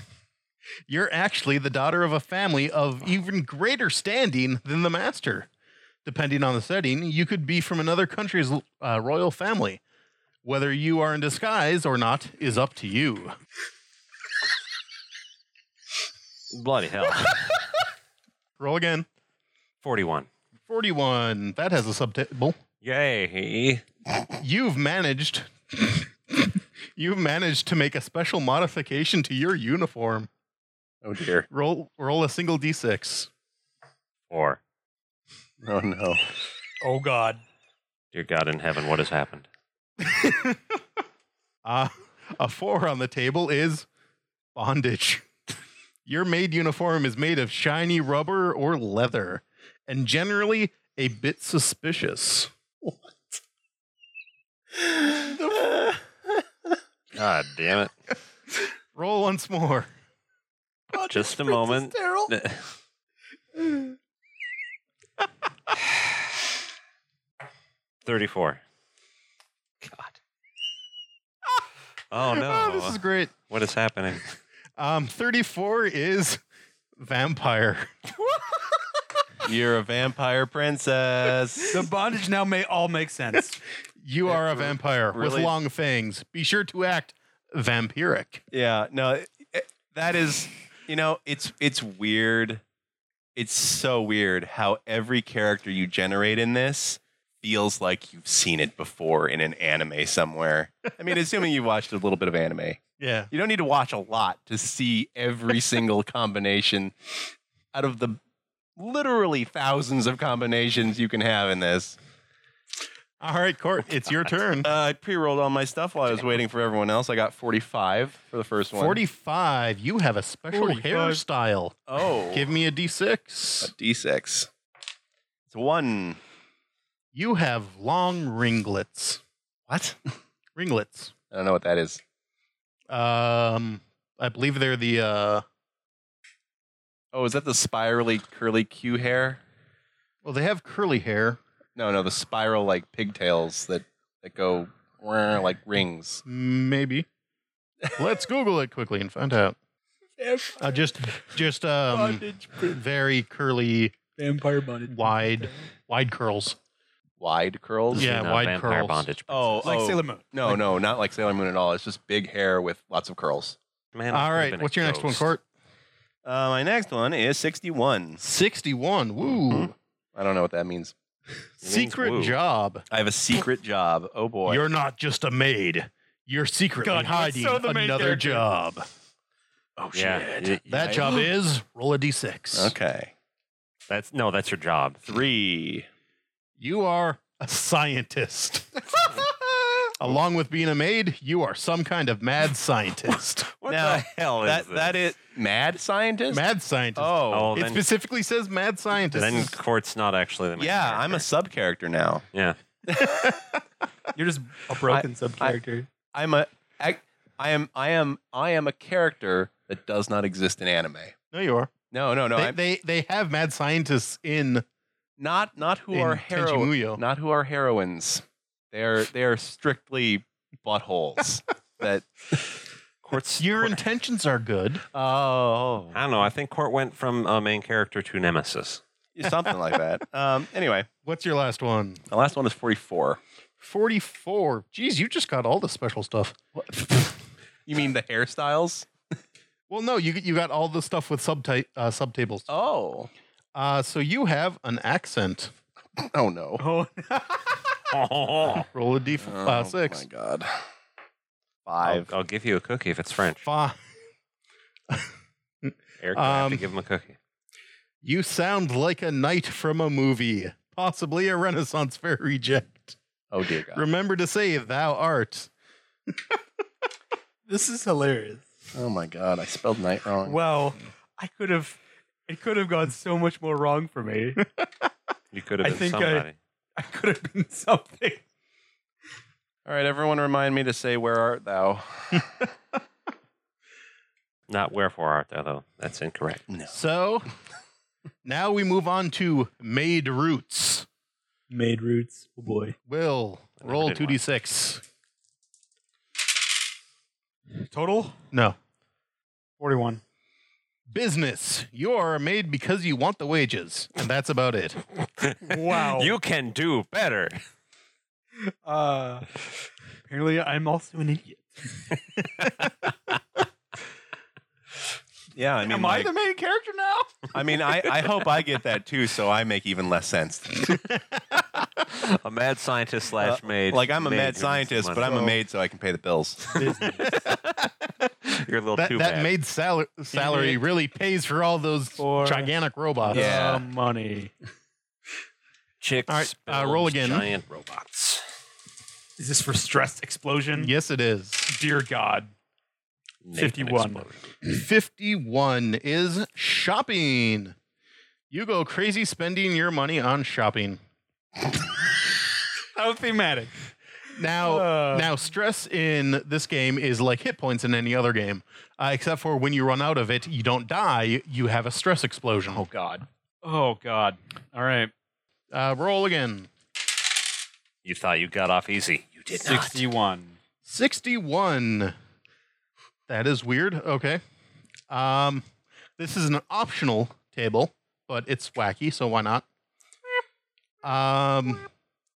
[SPEAKER 2] You're actually the daughter of a family of even greater standing than the master. Depending on the setting, you could be from another country's uh, royal family. Whether you are in disguise or not is up to you.
[SPEAKER 4] Bloody hell.
[SPEAKER 2] Roll again.
[SPEAKER 4] 41.
[SPEAKER 2] 41. That has a subtitle.
[SPEAKER 4] Yay.
[SPEAKER 2] You've managed. You've managed to make a special modification to your uniform.
[SPEAKER 3] Oh dear.
[SPEAKER 2] Roll roll a single d6.
[SPEAKER 4] Or,
[SPEAKER 3] Oh no.
[SPEAKER 4] dear God in heaven, what has happened?
[SPEAKER 2] Uh, a four on the table is bondage. Your maid uniform is made of shiny rubber or leather and generally a bit suspicious.
[SPEAKER 4] God damn it.
[SPEAKER 2] Roll once more.
[SPEAKER 4] Just a moment. Thirty-four. God. Oh no!
[SPEAKER 2] Oh, this is great.
[SPEAKER 4] what is happening?
[SPEAKER 2] Um, 34 is vampire.
[SPEAKER 3] You're a vampire princess.
[SPEAKER 5] the bondage now may all make sense.
[SPEAKER 2] You are a vampire
[SPEAKER 3] really-
[SPEAKER 2] with long fangs. Be sure to act vampiric.
[SPEAKER 3] yeah. No. it- it- That is. You know. It's it's weird. It's so weird how every character you generate in this feels like you've seen it before in an anime somewhere. I mean, assuming you watched a little bit of anime.
[SPEAKER 2] Yeah.
[SPEAKER 3] You don't need to watch a lot to see every single combination out of the literally thousands of combinations you can have in this.
[SPEAKER 2] All right, Court, it's your turn.
[SPEAKER 3] Uh, I pre-rolled all my stuff while I was waiting for everyone else. I got 45 for the first one.
[SPEAKER 2] 45. You have a special
[SPEAKER 5] 45.
[SPEAKER 2] hairstyle.
[SPEAKER 3] Oh.
[SPEAKER 2] Give me a
[SPEAKER 3] a
[SPEAKER 2] d6.
[SPEAKER 3] d6. It's a one.
[SPEAKER 2] You have long ringlets.
[SPEAKER 3] What?
[SPEAKER 2] Ringlets.
[SPEAKER 3] I don't know what that is.
[SPEAKER 2] Um, I believe they're the uh,
[SPEAKER 3] Oh, is that the spirally curly Q hair?
[SPEAKER 2] well, they have curly hair.
[SPEAKER 3] No, no, the spiral like pigtails that that go whir, like rings.
[SPEAKER 2] Maybe. Let's Google it quickly and find out. Uh, just, just um, very curly,
[SPEAKER 6] Vampire bondage.
[SPEAKER 2] wide, wide curls.
[SPEAKER 3] Wide curls.
[SPEAKER 2] Yeah,
[SPEAKER 4] She's not
[SPEAKER 2] wide
[SPEAKER 4] vampire
[SPEAKER 2] curls.
[SPEAKER 4] bondage.
[SPEAKER 3] Oh,
[SPEAKER 5] Like
[SPEAKER 3] oh.
[SPEAKER 5] Sailor Moon.
[SPEAKER 3] No, no, not like Sailor Moon at all. It's just big hair with lots of curls.
[SPEAKER 4] Man, I
[SPEAKER 2] All
[SPEAKER 4] could've
[SPEAKER 2] right,
[SPEAKER 4] been a
[SPEAKER 2] what's your next one,
[SPEAKER 4] ghost.
[SPEAKER 2] Court?
[SPEAKER 3] Uh, my next one is 61.
[SPEAKER 2] Sixty-one. Woo.
[SPEAKER 3] Mhm. I don't know what that means.
[SPEAKER 2] Secret
[SPEAKER 4] Mm-hmm. woo.
[SPEAKER 2] job.
[SPEAKER 3] I have a secret job. Oh boy.
[SPEAKER 2] You're not just a maid. You're secretly
[SPEAKER 5] God, that's
[SPEAKER 2] hiding
[SPEAKER 5] so the main
[SPEAKER 2] another
[SPEAKER 5] character.
[SPEAKER 2] job.
[SPEAKER 3] oh
[SPEAKER 4] Yeah, y- y-
[SPEAKER 2] That job is roll a d6.
[SPEAKER 3] Okay.
[SPEAKER 4] that's no, that's your job.
[SPEAKER 3] Three.
[SPEAKER 2] You are a scientist. Along with being a maid, you are some kind of mad scientist.
[SPEAKER 4] What
[SPEAKER 3] Now,
[SPEAKER 4] the hell is
[SPEAKER 3] that
[SPEAKER 4] this?
[SPEAKER 3] that is mad scientist.
[SPEAKER 2] mad scientist.
[SPEAKER 3] Oh.
[SPEAKER 4] Oh,
[SPEAKER 2] it
[SPEAKER 4] then,
[SPEAKER 2] specifically says mad scientist.
[SPEAKER 4] then Court's not actually the main
[SPEAKER 3] yeah, I'm
[SPEAKER 4] character.
[SPEAKER 3] a sub character now.
[SPEAKER 4] yeah.
[SPEAKER 6] You're just a broken sub character.
[SPEAKER 3] I'm a I, I am I am I am a character that does not exist in anime.
[SPEAKER 2] no, you are.
[SPEAKER 3] No, no, no.
[SPEAKER 2] they,
[SPEAKER 3] I'm
[SPEAKER 2] they they have mad scientists in
[SPEAKER 3] not not who
[SPEAKER 2] in
[SPEAKER 3] are heroines.
[SPEAKER 2] Tenchi Muyo.
[SPEAKER 3] Not who are heroines. They are they are strictly buttholes. that
[SPEAKER 4] Court's
[SPEAKER 2] Your
[SPEAKER 4] Court-
[SPEAKER 2] intentions are good.
[SPEAKER 3] oh
[SPEAKER 4] I don't know. I think Court went from uh, main character to nemesis.
[SPEAKER 3] something like that. Um. Anyway,
[SPEAKER 2] What's your last one?
[SPEAKER 3] the last one is forty four.
[SPEAKER 2] 44. Geez, you just got all the special stuff.
[SPEAKER 3] you mean the hairstyles?
[SPEAKER 2] Well, no, you you got all the stuff with subti- uh, subtables.
[SPEAKER 3] Oh.
[SPEAKER 2] Uh, so you have an accent.
[SPEAKER 3] Oh no.
[SPEAKER 5] Oh,
[SPEAKER 4] I'll,
[SPEAKER 2] Roll a d f- uh, six.
[SPEAKER 3] Oh my god. Oh, Five.
[SPEAKER 4] I'll give you a cookie if it's French.
[SPEAKER 2] Five.
[SPEAKER 4] Eric, I have to
[SPEAKER 2] Um,
[SPEAKER 4] give him a cookie.
[SPEAKER 2] You sound like a knight from a movie, possibly a Renaissance fair reject.
[SPEAKER 3] oh dear god.
[SPEAKER 2] Remember to say thou art.
[SPEAKER 6] This is hilarious.
[SPEAKER 3] Oh my god. I spelled night wrong.
[SPEAKER 5] well, I could have. It could have gone so much more wrong for me.
[SPEAKER 4] You could have
[SPEAKER 5] I
[SPEAKER 4] been
[SPEAKER 5] think I-
[SPEAKER 4] somebody.
[SPEAKER 5] I could have been something.
[SPEAKER 3] All right, everyone, remind me to say where art thou?
[SPEAKER 4] Not wherefore art thou, though. That's incorrect.
[SPEAKER 3] No.
[SPEAKER 2] So now we move on to made roots.
[SPEAKER 6] Made roots. Oh boy.
[SPEAKER 2] Will
[SPEAKER 4] I never
[SPEAKER 2] roll
[SPEAKER 4] did
[SPEAKER 2] 2d6.
[SPEAKER 5] Total.
[SPEAKER 2] No.
[SPEAKER 6] 41.
[SPEAKER 2] Business. You are made because you want the wages. And that's about it.
[SPEAKER 5] Wow.
[SPEAKER 4] You can do better.
[SPEAKER 5] Uh, apparently, I'm also an idiot.
[SPEAKER 3] Yeah, I mean,
[SPEAKER 5] Am I
[SPEAKER 3] like-
[SPEAKER 5] the main character now?
[SPEAKER 3] I mean, I, I hope I get that too, so I make even less sense.
[SPEAKER 4] A mad scientist slash maid.
[SPEAKER 3] Uh, Like I'm a
[SPEAKER 4] Maid
[SPEAKER 3] mad
[SPEAKER 4] who-
[SPEAKER 3] scientist, but I'm a maid, so I can pay the bills.
[SPEAKER 4] You're a little
[SPEAKER 2] That,
[SPEAKER 4] too
[SPEAKER 2] that
[SPEAKER 4] bad.
[SPEAKER 2] made sal- salary really pays for all those
[SPEAKER 5] For-
[SPEAKER 2] gigantic robots.
[SPEAKER 3] Yeah.
[SPEAKER 5] Uh, money.
[SPEAKER 4] Chicks,
[SPEAKER 2] All right, uh, roll
[SPEAKER 4] builds
[SPEAKER 2] again.
[SPEAKER 4] Giant robots.
[SPEAKER 5] Is this for stress explosion?
[SPEAKER 2] Yes, it is.
[SPEAKER 5] Dear God.
[SPEAKER 4] Naked
[SPEAKER 5] 51.
[SPEAKER 4] explosion.
[SPEAKER 2] 51 is shopping. You go crazy spending your money on shopping.
[SPEAKER 5] How thematic.
[SPEAKER 2] Now,
[SPEAKER 5] Uh.
[SPEAKER 2] now stress in this game is like hit points in any other game, uh, except for when you run out of it, you don't die. You have a stress explosion. Oh God!
[SPEAKER 5] Oh God. All right.
[SPEAKER 2] Uh, roll again.
[SPEAKER 4] You thought you got off easy. You did not.
[SPEAKER 7] 61.
[SPEAKER 2] Sixty-one. That is weird. Okay. Um, this is an optional table, but it's wacky, so why not? Um,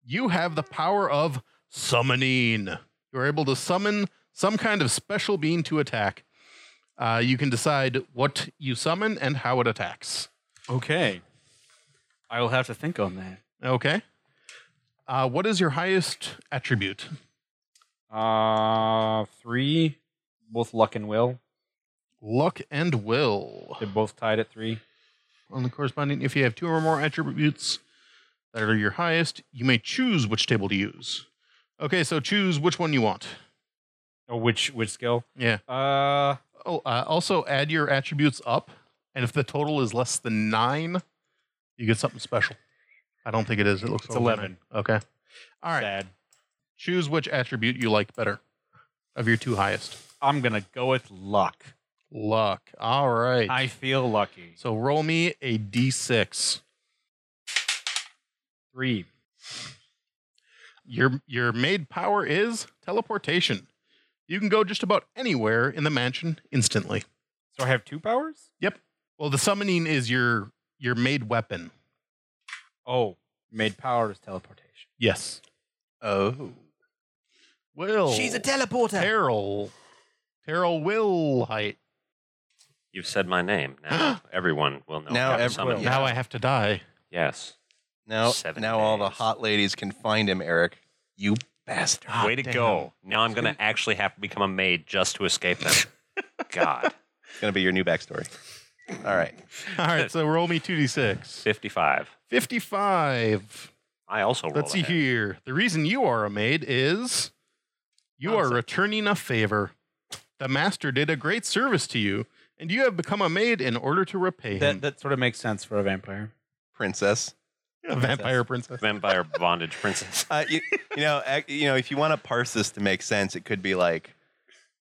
[SPEAKER 2] you have the power of summoning. You're able to summon some kind of special being to attack. Uh, you can decide what you summon and how it attacks.
[SPEAKER 7] Okay. I will have to think on that.
[SPEAKER 2] Okay. Uh, what is your highest attribute?
[SPEAKER 7] Uh, three, both luck and will.
[SPEAKER 2] Luck and will.
[SPEAKER 7] They're both tied at three.
[SPEAKER 2] on the corresponding. If you have two or more attributes that are your highest, you may choose which table to use. Okay, so choose which one you want.
[SPEAKER 7] Oh, which which skill?
[SPEAKER 2] Yeah.
[SPEAKER 7] Uh,
[SPEAKER 2] Oh, uh, also add your attributes up, and if the total is less than nine, you get something special. I don't think it is. It looks
[SPEAKER 5] It's
[SPEAKER 2] over
[SPEAKER 5] 11.
[SPEAKER 2] nine. Okay. All right.
[SPEAKER 5] Sad.
[SPEAKER 2] Choose which attribute you like better of your two highest.
[SPEAKER 5] I'm gonna go with luck.
[SPEAKER 2] Luck. All right.
[SPEAKER 5] I feel lucky.
[SPEAKER 2] so roll me a d6.
[SPEAKER 7] three.
[SPEAKER 2] Your your maid power is teleportation. You can go just about anywhere in the mansion instantly.
[SPEAKER 7] So I have two powers.
[SPEAKER 2] Well, the summoning is your your maid weapon.
[SPEAKER 7] Oh, made power is teleportation.
[SPEAKER 2] Yes.
[SPEAKER 3] Oh,
[SPEAKER 2] Will.
[SPEAKER 6] teleporter.
[SPEAKER 2] Terrell. Terrell will height.
[SPEAKER 4] You've said my name. Now everyone will know.
[SPEAKER 3] Now
[SPEAKER 4] how to
[SPEAKER 3] every-
[SPEAKER 4] summon
[SPEAKER 3] will.
[SPEAKER 4] you.
[SPEAKER 2] Now I have to die.
[SPEAKER 4] Yes.
[SPEAKER 3] now
[SPEAKER 4] Seven
[SPEAKER 3] now all the
[SPEAKER 4] days.
[SPEAKER 3] hot ladies can find him, Eric. You bastard.
[SPEAKER 4] Way to go. Now I'm going to actually have to become a maid just to escape them. God.
[SPEAKER 3] It's gonna be your new backstory. All right.
[SPEAKER 2] All right, so roll me 2d6.
[SPEAKER 4] 55.
[SPEAKER 2] 55.
[SPEAKER 4] I also roll
[SPEAKER 2] Let's see
[SPEAKER 4] ahead.
[SPEAKER 2] here. The reason you are a maid is you are returning a favor. The master did a great service to you, and you have become a maid in order to repay him.
[SPEAKER 7] That that sort of makes sense for a vampire.
[SPEAKER 3] Princess.
[SPEAKER 2] a vampire princess.
[SPEAKER 4] Vampire bondage princess.
[SPEAKER 3] Uh, you, you know, ac- you know, if you want to parse this to make sense, it could be like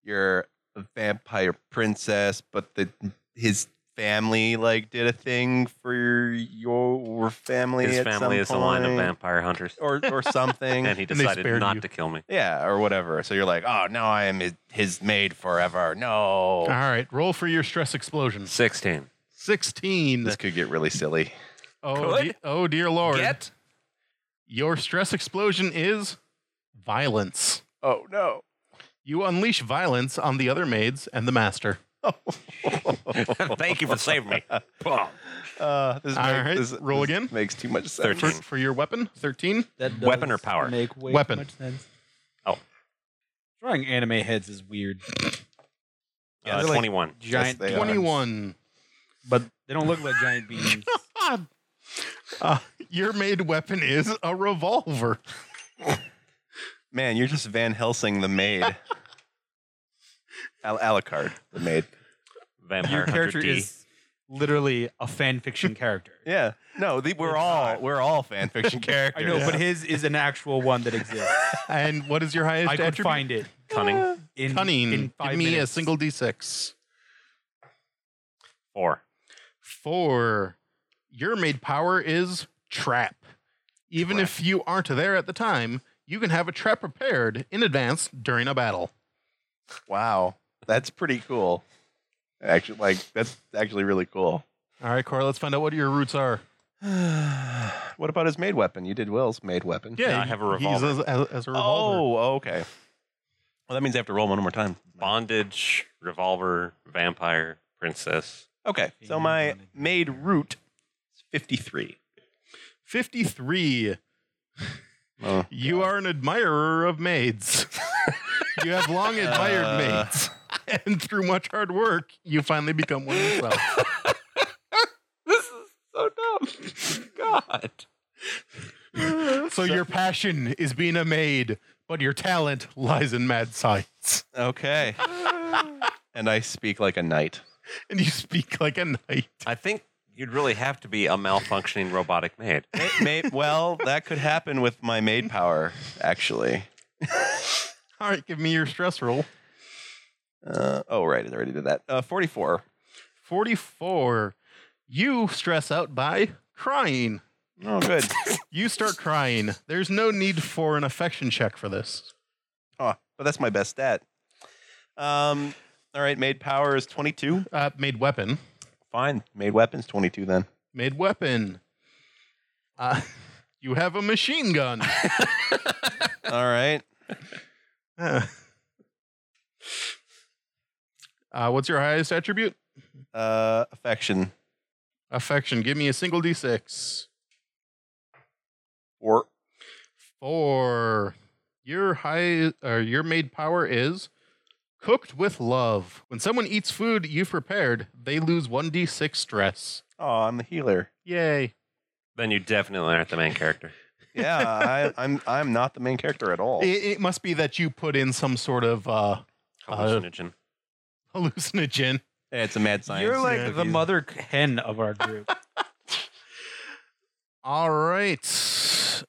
[SPEAKER 3] you're a vampire princess, but the his family like did a thing for your, your family.
[SPEAKER 4] His
[SPEAKER 3] at
[SPEAKER 4] family
[SPEAKER 3] some
[SPEAKER 4] is a line of
[SPEAKER 3] point,
[SPEAKER 4] vampire hunters,
[SPEAKER 3] or or something.
[SPEAKER 4] and he
[SPEAKER 2] And they
[SPEAKER 4] decided
[SPEAKER 2] spared
[SPEAKER 4] not
[SPEAKER 2] you.
[SPEAKER 4] to kill me.
[SPEAKER 3] yeah, or whatever. So you're like, oh no, I am his- his maid forever. No,
[SPEAKER 2] All right, roll for your stress explosion.
[SPEAKER 4] Sixteen.
[SPEAKER 2] 16.
[SPEAKER 3] this could get really silly.
[SPEAKER 2] Oh,
[SPEAKER 4] Good.
[SPEAKER 2] de- oh dear lord.
[SPEAKER 4] Get
[SPEAKER 2] Your stress explosion is violence.
[SPEAKER 3] Oh no.
[SPEAKER 2] You unleash violence on the other maids and the master.
[SPEAKER 4] Thank you for saving me. Boom.
[SPEAKER 3] Uh, this
[SPEAKER 2] All
[SPEAKER 3] make-
[SPEAKER 2] right,
[SPEAKER 3] this-
[SPEAKER 2] roll
[SPEAKER 3] this
[SPEAKER 2] again.
[SPEAKER 3] Makes too much sense.
[SPEAKER 2] For, for your weapon, 13.
[SPEAKER 6] That
[SPEAKER 4] Weapon
[SPEAKER 6] does
[SPEAKER 4] or power?
[SPEAKER 6] Make way
[SPEAKER 2] Weapon.
[SPEAKER 6] Too much sense.
[SPEAKER 4] Oh.
[SPEAKER 6] Drawing anime heads is weird,
[SPEAKER 3] Yeah,
[SPEAKER 4] Uh,
[SPEAKER 3] they're like-
[SPEAKER 4] Twenty-one.
[SPEAKER 6] giant,
[SPEAKER 3] they Yeah. are.
[SPEAKER 2] 21.
[SPEAKER 6] but they don't look like giant beans.
[SPEAKER 2] God. Uh, your maid weapon is a revolver.
[SPEAKER 3] Man, you're just Van Helsing the maid. Al- Alucard the maid.
[SPEAKER 4] Vampire
[SPEAKER 5] Your
[SPEAKER 4] Hunter
[SPEAKER 5] character
[SPEAKER 4] D.
[SPEAKER 5] is literally a fan fiction character.
[SPEAKER 3] Yeah. No, the, we're all we're all fan fiction
[SPEAKER 5] I
[SPEAKER 3] characters.
[SPEAKER 5] know, but his is an actual one that exists.
[SPEAKER 2] And what is your highest
[SPEAKER 5] I could
[SPEAKER 2] attribute?
[SPEAKER 5] find it
[SPEAKER 3] uh,
[SPEAKER 4] cunning.
[SPEAKER 5] in
[SPEAKER 2] Cunning.
[SPEAKER 5] In five
[SPEAKER 2] Give me
[SPEAKER 5] minutes.
[SPEAKER 2] a single d6.
[SPEAKER 4] Four.
[SPEAKER 2] Four. Your maid power is trap. Even if you aren't there at the time, you can have a trap prepared in advance during a battle.
[SPEAKER 3] wow, that's pretty cool. Actually, like that's actually really cool.
[SPEAKER 2] All right, Cora, let's find out what your roots are.
[SPEAKER 3] what about his maid weapon? You did Will's maid weapon.
[SPEAKER 4] Yeah, I have a
[SPEAKER 2] he- he's
[SPEAKER 4] revolver.
[SPEAKER 2] as, as- as a revolver.
[SPEAKER 3] Oh, okay. Well, that means I have to roll one more time.
[SPEAKER 4] Bondage, revolver, vampire, princess.
[SPEAKER 3] Okay, so my maid root is fifty-three.
[SPEAKER 2] 53.
[SPEAKER 3] Oh,
[SPEAKER 2] You are an admirer of maids. you have long admired
[SPEAKER 3] Uh.
[SPEAKER 2] maids. And through much hard work, you finally become one yourself.
[SPEAKER 4] This is so dumb. God.
[SPEAKER 2] so your passion is being a maid, but your talent lies in mad science.
[SPEAKER 3] Okay. and I speak like a knight.
[SPEAKER 2] And you speak like a knight.
[SPEAKER 4] I think you'd really have to be a malfunctioning robotic maid.
[SPEAKER 3] May, may, well, that could happen with my maid power, actually.
[SPEAKER 2] All right, give me your stress roll.
[SPEAKER 3] Uh, oh, right, I already did that. Uh, Forty-four.
[SPEAKER 2] 44. You stress out by crying.
[SPEAKER 3] Oh, good.
[SPEAKER 2] You start crying. There's no need for an affection check for this.
[SPEAKER 3] Oh, but that's my best stat. Um, all right, made power is 22.
[SPEAKER 2] Uh, made weapon.
[SPEAKER 3] Fine, made weapons 22 then.
[SPEAKER 2] Made weapon. Uh, you have a machine gun.
[SPEAKER 3] All right.
[SPEAKER 2] Uh, what's your highest attribute?
[SPEAKER 3] Uh, affection
[SPEAKER 2] Affection. Give me a single d6.
[SPEAKER 3] four.
[SPEAKER 2] Four. Your high or your made power is cooked with love. When someone eats food you've prepared, they lose 1d6 stress.
[SPEAKER 3] Oh, I'm the healer.
[SPEAKER 2] Yay.
[SPEAKER 4] Then you definitely aren't the main character.
[SPEAKER 3] Yeah, I, I'm I'm not the main character at all.
[SPEAKER 2] It, it must be that you put in some sort of uh, Uh,
[SPEAKER 4] Hallucinogen.
[SPEAKER 2] hallucinogen.
[SPEAKER 3] It's a mad science.
[SPEAKER 6] You're like
[SPEAKER 2] Yeah,
[SPEAKER 6] the
[SPEAKER 2] these-
[SPEAKER 6] mother hen of our group.
[SPEAKER 2] All right.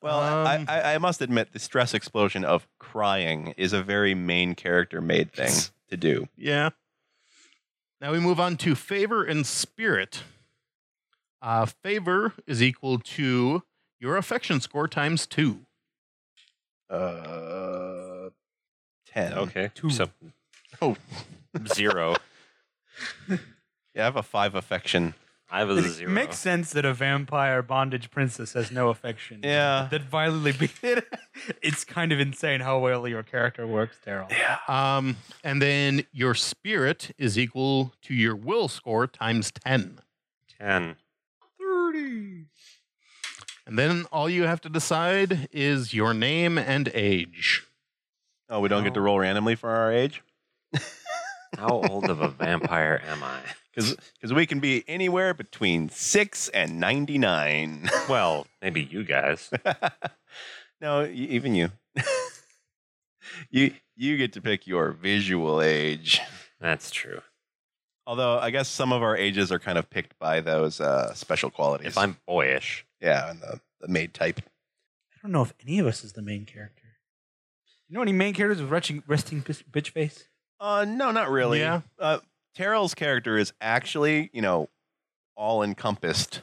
[SPEAKER 3] Well, I,
[SPEAKER 2] Um,
[SPEAKER 3] I, I must admit, the stress explosion of crying is a very main character made thing to do.
[SPEAKER 2] Yeah. Now we move on to favor and spirit. Uh, favor is equal to your affection score times two.
[SPEAKER 3] Uh, 10.
[SPEAKER 4] Okay.
[SPEAKER 5] Two.
[SPEAKER 4] So
[SPEAKER 3] Oh.
[SPEAKER 4] zero.
[SPEAKER 3] Yeah, I have a five affection.
[SPEAKER 4] I have a
[SPEAKER 5] It
[SPEAKER 4] zero.
[SPEAKER 5] makes sense that a vampire bondage princess has no affection.
[SPEAKER 3] Yeah.
[SPEAKER 5] That violently beat it. It's kind of insane how well your character works, Daryl.
[SPEAKER 2] Um, and then your spirit is equal to your will score times 10.
[SPEAKER 4] Ten.
[SPEAKER 2] And then all you have to decide is your name and age.
[SPEAKER 3] Oh, we don't get to roll randomly for our age?
[SPEAKER 4] How old of a vampire am I?
[SPEAKER 3] Because we can be anywhere between six and 99.
[SPEAKER 4] Well, maybe you guys.
[SPEAKER 3] no, y- even you. you. You get to pick your visual age.
[SPEAKER 4] That's true.
[SPEAKER 3] Although, I guess some of our ages are kind of picked by those uh, special qualities.
[SPEAKER 4] If I'm boyish,
[SPEAKER 3] yeah, and the, the maid type.
[SPEAKER 6] I don't know if any of us is the main character. You know any main characters with resting, resting bis- bitch face?
[SPEAKER 3] Uh, no, not really.
[SPEAKER 2] Yeah.
[SPEAKER 3] Uh, Terrell's character is actually, you know, all encompassed,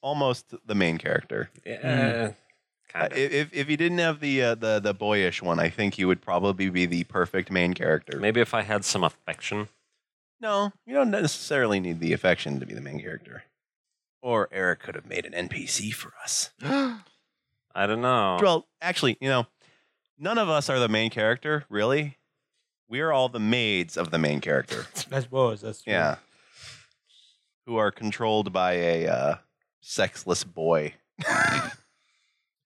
[SPEAKER 3] almost the main character.
[SPEAKER 4] Yeah.
[SPEAKER 3] Uh,
[SPEAKER 4] Kind of.
[SPEAKER 3] if, if- if he didn't have the, uh, the the boyish one, I think he would probably be the perfect main character.
[SPEAKER 4] Maybe if I had some affection.
[SPEAKER 3] No, you don't necessarily need the affection to be the main character. Or Eric could have made an NPC for us.
[SPEAKER 4] I don't know.
[SPEAKER 3] Well, actually, you know, none of us are the main character, really. We are all the maids of the main character.
[SPEAKER 6] That's was that's true.
[SPEAKER 3] yeah. Who are controlled by a uh, sexless boy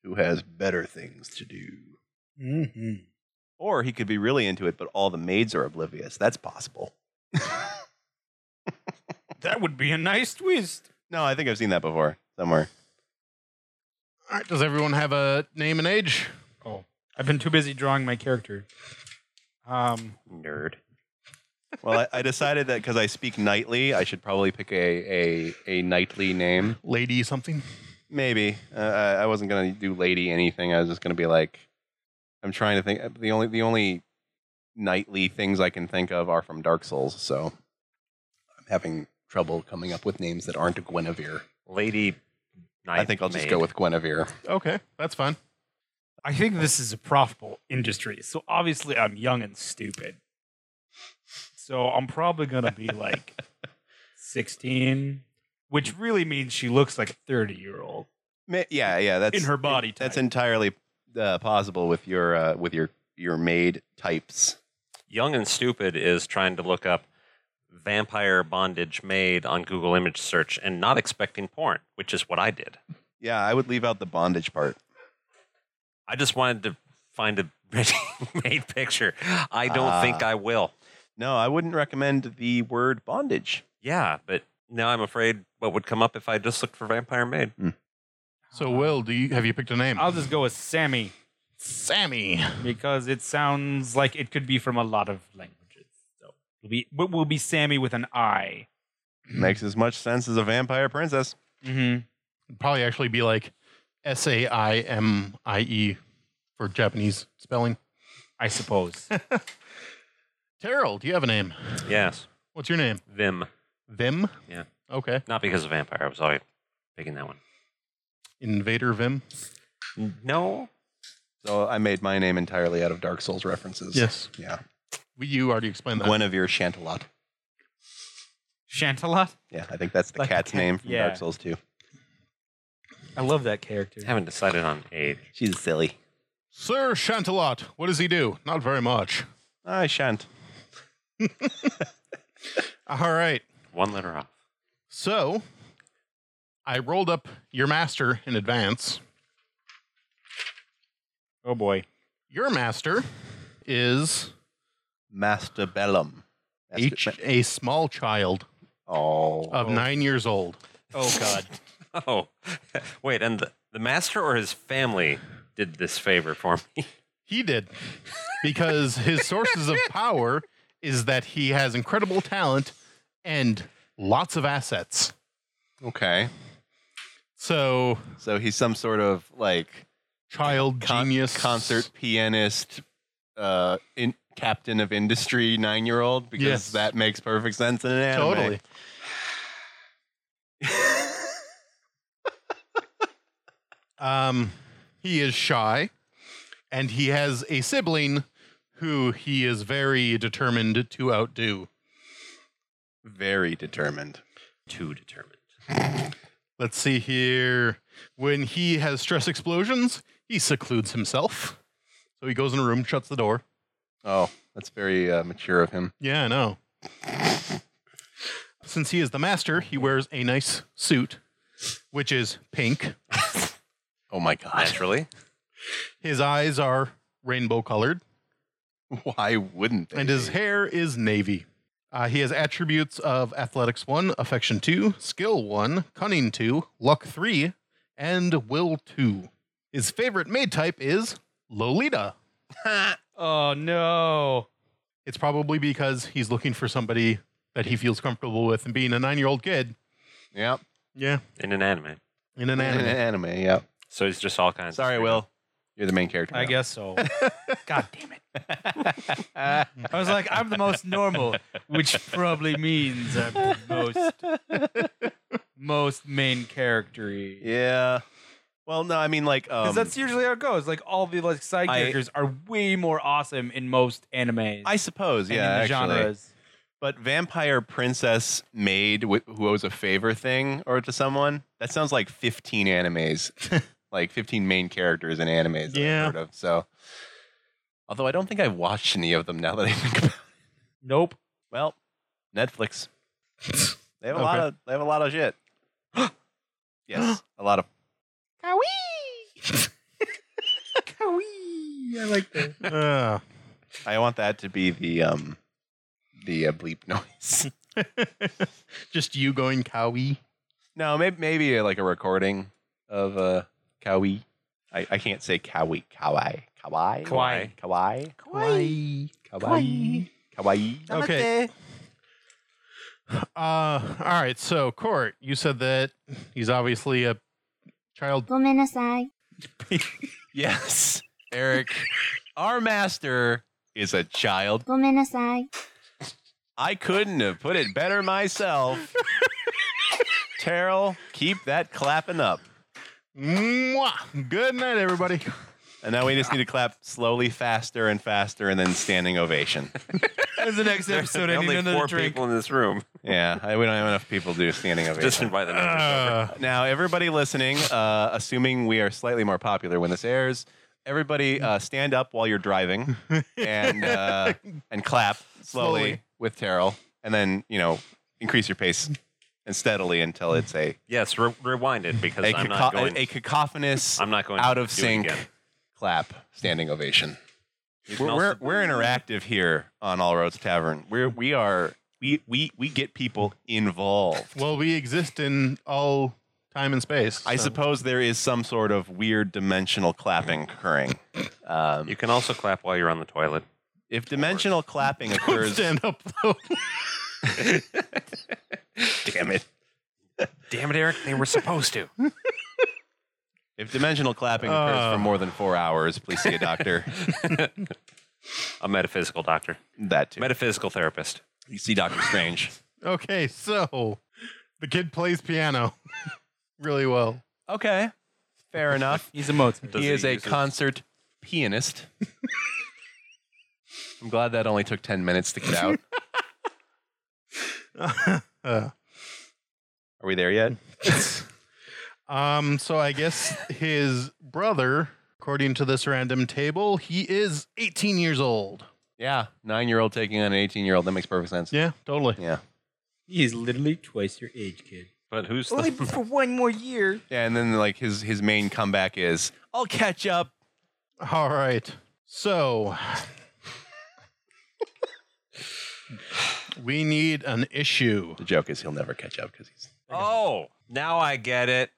[SPEAKER 3] who has better things to do.
[SPEAKER 6] Mm-hmm.
[SPEAKER 3] Or he could be really into it, but all the maids are oblivious. That's possible.
[SPEAKER 5] That would be a nice twist.
[SPEAKER 3] No, I think I've seen that before somewhere.
[SPEAKER 2] All right, does everyone have a name and age?
[SPEAKER 6] I've been too busy drawing my character.
[SPEAKER 5] Um,
[SPEAKER 4] Nerd.
[SPEAKER 3] Well, I, I decided that because I speak knightly, I should probably pick a a, a knightly name.
[SPEAKER 2] Lady something?
[SPEAKER 3] Maybe uh, I I wasn't gonna do lady anything. I was just gonna be like, I'm trying to think. uh, The only the only knightly things I can think of are from Dark Souls, so I'm having trouble coming up with names that aren't Guinevere.
[SPEAKER 4] Lady.
[SPEAKER 3] I think I'll just go with Guinevere.
[SPEAKER 2] Okay, that's fine.
[SPEAKER 5] I think this is a profitable industry, so obviously I'm young and stupid. So I'm probably gonna be like 16, which really means she looks like a 30 year old.
[SPEAKER 3] Ma- Yeah, yeah, that's
[SPEAKER 5] In her body
[SPEAKER 3] That's
[SPEAKER 5] type.
[SPEAKER 3] entirely uh, possible with your uh, with your your maid types.
[SPEAKER 4] Young and Stupid is trying to look up vampire bondage maid on Google image search and not expecting porn, which is what I did.
[SPEAKER 3] Yeah, I would leave out the bondage part.
[SPEAKER 4] I just wanted to find a ready made picture. I don't
[SPEAKER 3] Ah.
[SPEAKER 4] think I will.
[SPEAKER 3] No, I wouldn't recommend the word bondage.
[SPEAKER 4] Yeah, but now I'm afraid what would come up if I just looked for vampire maid.
[SPEAKER 2] So, Will, do you have you picked a name?
[SPEAKER 5] Uh-huh. I'll just go with Sammy
[SPEAKER 2] Sammy.
[SPEAKER 5] because it sounds like it could be from a lot of languages. So it'll be, but will be Sammy with an I.
[SPEAKER 3] Makes as much sense as a vampire princess.
[SPEAKER 5] Mm-hmm.
[SPEAKER 2] It'd probably actually be like S A I M I E for Japanese spelling.
[SPEAKER 5] I suppose.
[SPEAKER 2] Terrell, do you have a name?
[SPEAKER 4] Yes,
[SPEAKER 2] What's your name?
[SPEAKER 4] Vim.
[SPEAKER 2] Vim?
[SPEAKER 4] Yeah.
[SPEAKER 2] Okay.
[SPEAKER 4] Not because of vampire. I was already picking that one.
[SPEAKER 2] Invader Vim?
[SPEAKER 4] No.
[SPEAKER 3] So I made my name entirely out of Dark Souls references.
[SPEAKER 2] Yes.
[SPEAKER 3] Yeah.
[SPEAKER 2] We, you already explained that.
[SPEAKER 3] Guinevere Chantelot.
[SPEAKER 5] Chantalot?
[SPEAKER 3] Yeah, I think that's the
[SPEAKER 6] Like the
[SPEAKER 3] cat's
[SPEAKER 6] cat-
[SPEAKER 3] name from
[SPEAKER 5] yeah.
[SPEAKER 3] Dark Souls 2.
[SPEAKER 6] I love that character.
[SPEAKER 4] Haven't decided on age.
[SPEAKER 3] She's silly.
[SPEAKER 2] Sir Chantelot, what does he do? Not very much.
[SPEAKER 3] I shan't.
[SPEAKER 2] All right.
[SPEAKER 4] One letter off.
[SPEAKER 2] So I rolled up your master in advance.
[SPEAKER 5] Oh boy.
[SPEAKER 2] Your master is
[SPEAKER 3] Master Bellum.
[SPEAKER 2] H,
[SPEAKER 3] Master-
[SPEAKER 2] a small child
[SPEAKER 3] oh.
[SPEAKER 2] of nine years old.
[SPEAKER 5] Oh god.
[SPEAKER 4] Oh, wait. And the, the master or his family did this favor for me.
[SPEAKER 2] He did because his sources of power is that he has incredible talent and lots of assets.
[SPEAKER 3] Okay.
[SPEAKER 2] So,
[SPEAKER 3] So he's some sort of like
[SPEAKER 2] child
[SPEAKER 3] con-
[SPEAKER 2] genius
[SPEAKER 3] concert pianist, uh, in- captain of industry nine year old because
[SPEAKER 2] Yes.
[SPEAKER 3] that makes perfect sense in an anime.
[SPEAKER 2] Totally. um, he is shy, and he has a sibling who he is very determined to outdo.
[SPEAKER 3] Very determined.
[SPEAKER 4] Too determined.
[SPEAKER 2] Let's see here. When he has stress explosions, he secludes himself. So he goes in a room, shuts the door.
[SPEAKER 3] Oh, that's very uh, mature of him.
[SPEAKER 2] Yeah, I know. Since he is the master, he wears a nice suit, which is pink.
[SPEAKER 3] Oh my god.
[SPEAKER 4] Naturally.
[SPEAKER 2] His eyes are rainbow colored,
[SPEAKER 3] Why wouldn't they?
[SPEAKER 2] and his
[SPEAKER 3] be?
[SPEAKER 2] hair is navy. Uh, he has attributes of athletics 1, affection 2, skill 1, cunning 2, luck 3, and will 2. His favorite maid type is Lolita.
[SPEAKER 5] Oh no.
[SPEAKER 2] It's probably because he's looking for somebody that he feels comfortable with, and being a nine year old kid.
[SPEAKER 3] Yeah.
[SPEAKER 2] Yeah.
[SPEAKER 4] In an anime.
[SPEAKER 2] In an
[SPEAKER 3] An
[SPEAKER 2] anime.
[SPEAKER 3] anime, yeah.
[SPEAKER 4] So he's just all kinds
[SPEAKER 3] Sorry,
[SPEAKER 4] of.
[SPEAKER 3] Will. You're the main character.
[SPEAKER 5] I
[SPEAKER 3] now.
[SPEAKER 5] guess so. God damn it. I was like, I'm the most normal, which probably means I'm the most most main character
[SPEAKER 3] Yeah. Well, no, I mean like um,
[SPEAKER 5] Because that's usually how it goes. Like all the like side
[SPEAKER 3] I-
[SPEAKER 5] characters are way more awesome in most animes.
[SPEAKER 3] I suppose,
[SPEAKER 5] and in
[SPEAKER 3] yeah,
[SPEAKER 5] the
[SPEAKER 3] actually.
[SPEAKER 5] genres.
[SPEAKER 3] But vampire princess maid wi- who owes a favor thing or to someone. That sounds like 15 animes. like 15 main characters in animes that
[SPEAKER 2] Yeah.
[SPEAKER 3] I've heard of. So Although I don't think I've watched any of them now that I think about it.
[SPEAKER 5] Nope.
[SPEAKER 3] Well, Netflix. They have a lot
[SPEAKER 2] Okay.
[SPEAKER 3] of they have a lot of shit. yes, a lot of
[SPEAKER 6] I like that.
[SPEAKER 2] Uh,
[SPEAKER 3] I want that to be the um the uh, bleep noise.
[SPEAKER 2] just you going cowie.
[SPEAKER 3] No, maybe maybe uh, like a recording of uh Kawi. I, I can't say Kawi Kawaii. Kawaii.
[SPEAKER 4] Kawaii.
[SPEAKER 3] Kawaii.
[SPEAKER 2] Kawaii.
[SPEAKER 3] Kawaii. Kawaii.
[SPEAKER 2] Okay. Uh, all right. So, Court, you said that he's obviously a child.
[SPEAKER 8] ごめんなさい。
[SPEAKER 3] Yes. Eric, our master is a child.
[SPEAKER 8] ごめんなさい。
[SPEAKER 3] I couldn't have put it better myself. Terrell, keep that clapping up.
[SPEAKER 2] Mwah! Good night, everybody.
[SPEAKER 3] And now we just need to clap slowly, faster, and faster, and then standing ovation.
[SPEAKER 5] That's the next episode. I need
[SPEAKER 4] only
[SPEAKER 5] another
[SPEAKER 4] four
[SPEAKER 5] drink.
[SPEAKER 4] people in this room.
[SPEAKER 3] Yeah, I, we don't have enough people to do standing ovation.
[SPEAKER 4] Just invite them. over.
[SPEAKER 2] Uh,
[SPEAKER 3] Now, everybody listening, uh, assuming we are slightly more popular when this airs, everybody uh, stand up while you're driving and uh, and clap slowly,
[SPEAKER 2] Slowly.
[SPEAKER 3] with Terrell, and then you know increase your pace and steadily until it's a
[SPEAKER 4] yes, re- rewind it because
[SPEAKER 3] a,
[SPEAKER 4] I'm
[SPEAKER 3] caco-
[SPEAKER 4] not going.
[SPEAKER 3] a cacophonous,
[SPEAKER 4] I'm not going
[SPEAKER 3] out
[SPEAKER 4] to
[SPEAKER 3] of
[SPEAKER 4] do it
[SPEAKER 3] sync
[SPEAKER 4] again.
[SPEAKER 3] clap standing ovation.
[SPEAKER 4] You can
[SPEAKER 3] We're,
[SPEAKER 4] also-
[SPEAKER 3] we're, we're interactive here on All Roads Tavern. We're we are we we we get people involved.
[SPEAKER 2] well, we exist in all time and space.
[SPEAKER 3] I
[SPEAKER 2] so-
[SPEAKER 3] suppose there is some sort of weird dimensional clapping occurring. Um,
[SPEAKER 4] you can also clap while you're on the toilet.
[SPEAKER 3] if dimensional clapping
[SPEAKER 2] Don't
[SPEAKER 3] occurs,
[SPEAKER 2] stand up though.
[SPEAKER 3] damn it!
[SPEAKER 4] Damn it, Eric! They were supposed to.
[SPEAKER 3] If dimensional clapping occurs
[SPEAKER 2] Uh.
[SPEAKER 3] for more than four hours, please see a doctor.
[SPEAKER 4] A metaphysical doctor,
[SPEAKER 3] that too.
[SPEAKER 4] metaphysical therapist.
[SPEAKER 3] You see Doctor Strange.
[SPEAKER 2] Okay, so the kid plays piano really well.
[SPEAKER 3] Okay, fair enough.
[SPEAKER 5] He's a Mozart.
[SPEAKER 4] Does
[SPEAKER 3] he
[SPEAKER 4] he
[SPEAKER 3] is a
[SPEAKER 4] use his-
[SPEAKER 3] concert pianist. I'm glad that only took ten minutes to get out.
[SPEAKER 2] Uh,
[SPEAKER 3] Are we there yet?
[SPEAKER 2] um, so I guess his brother, according to this random table, he is 18 years old.
[SPEAKER 3] Yeah, nine-year-old taking on an eighteen-year-old. That makes perfect sense.
[SPEAKER 2] Yeah, totally.
[SPEAKER 3] Yeah.
[SPEAKER 6] He's literally twice your age, kid.
[SPEAKER 4] But who's the
[SPEAKER 5] for one more year.
[SPEAKER 3] Yeah, and then like his his main comeback is, "I'll catch up."
[SPEAKER 2] All right. So we need an issue.
[SPEAKER 3] The joke is he'll never catch up because he's.
[SPEAKER 4] Oh, now I get it.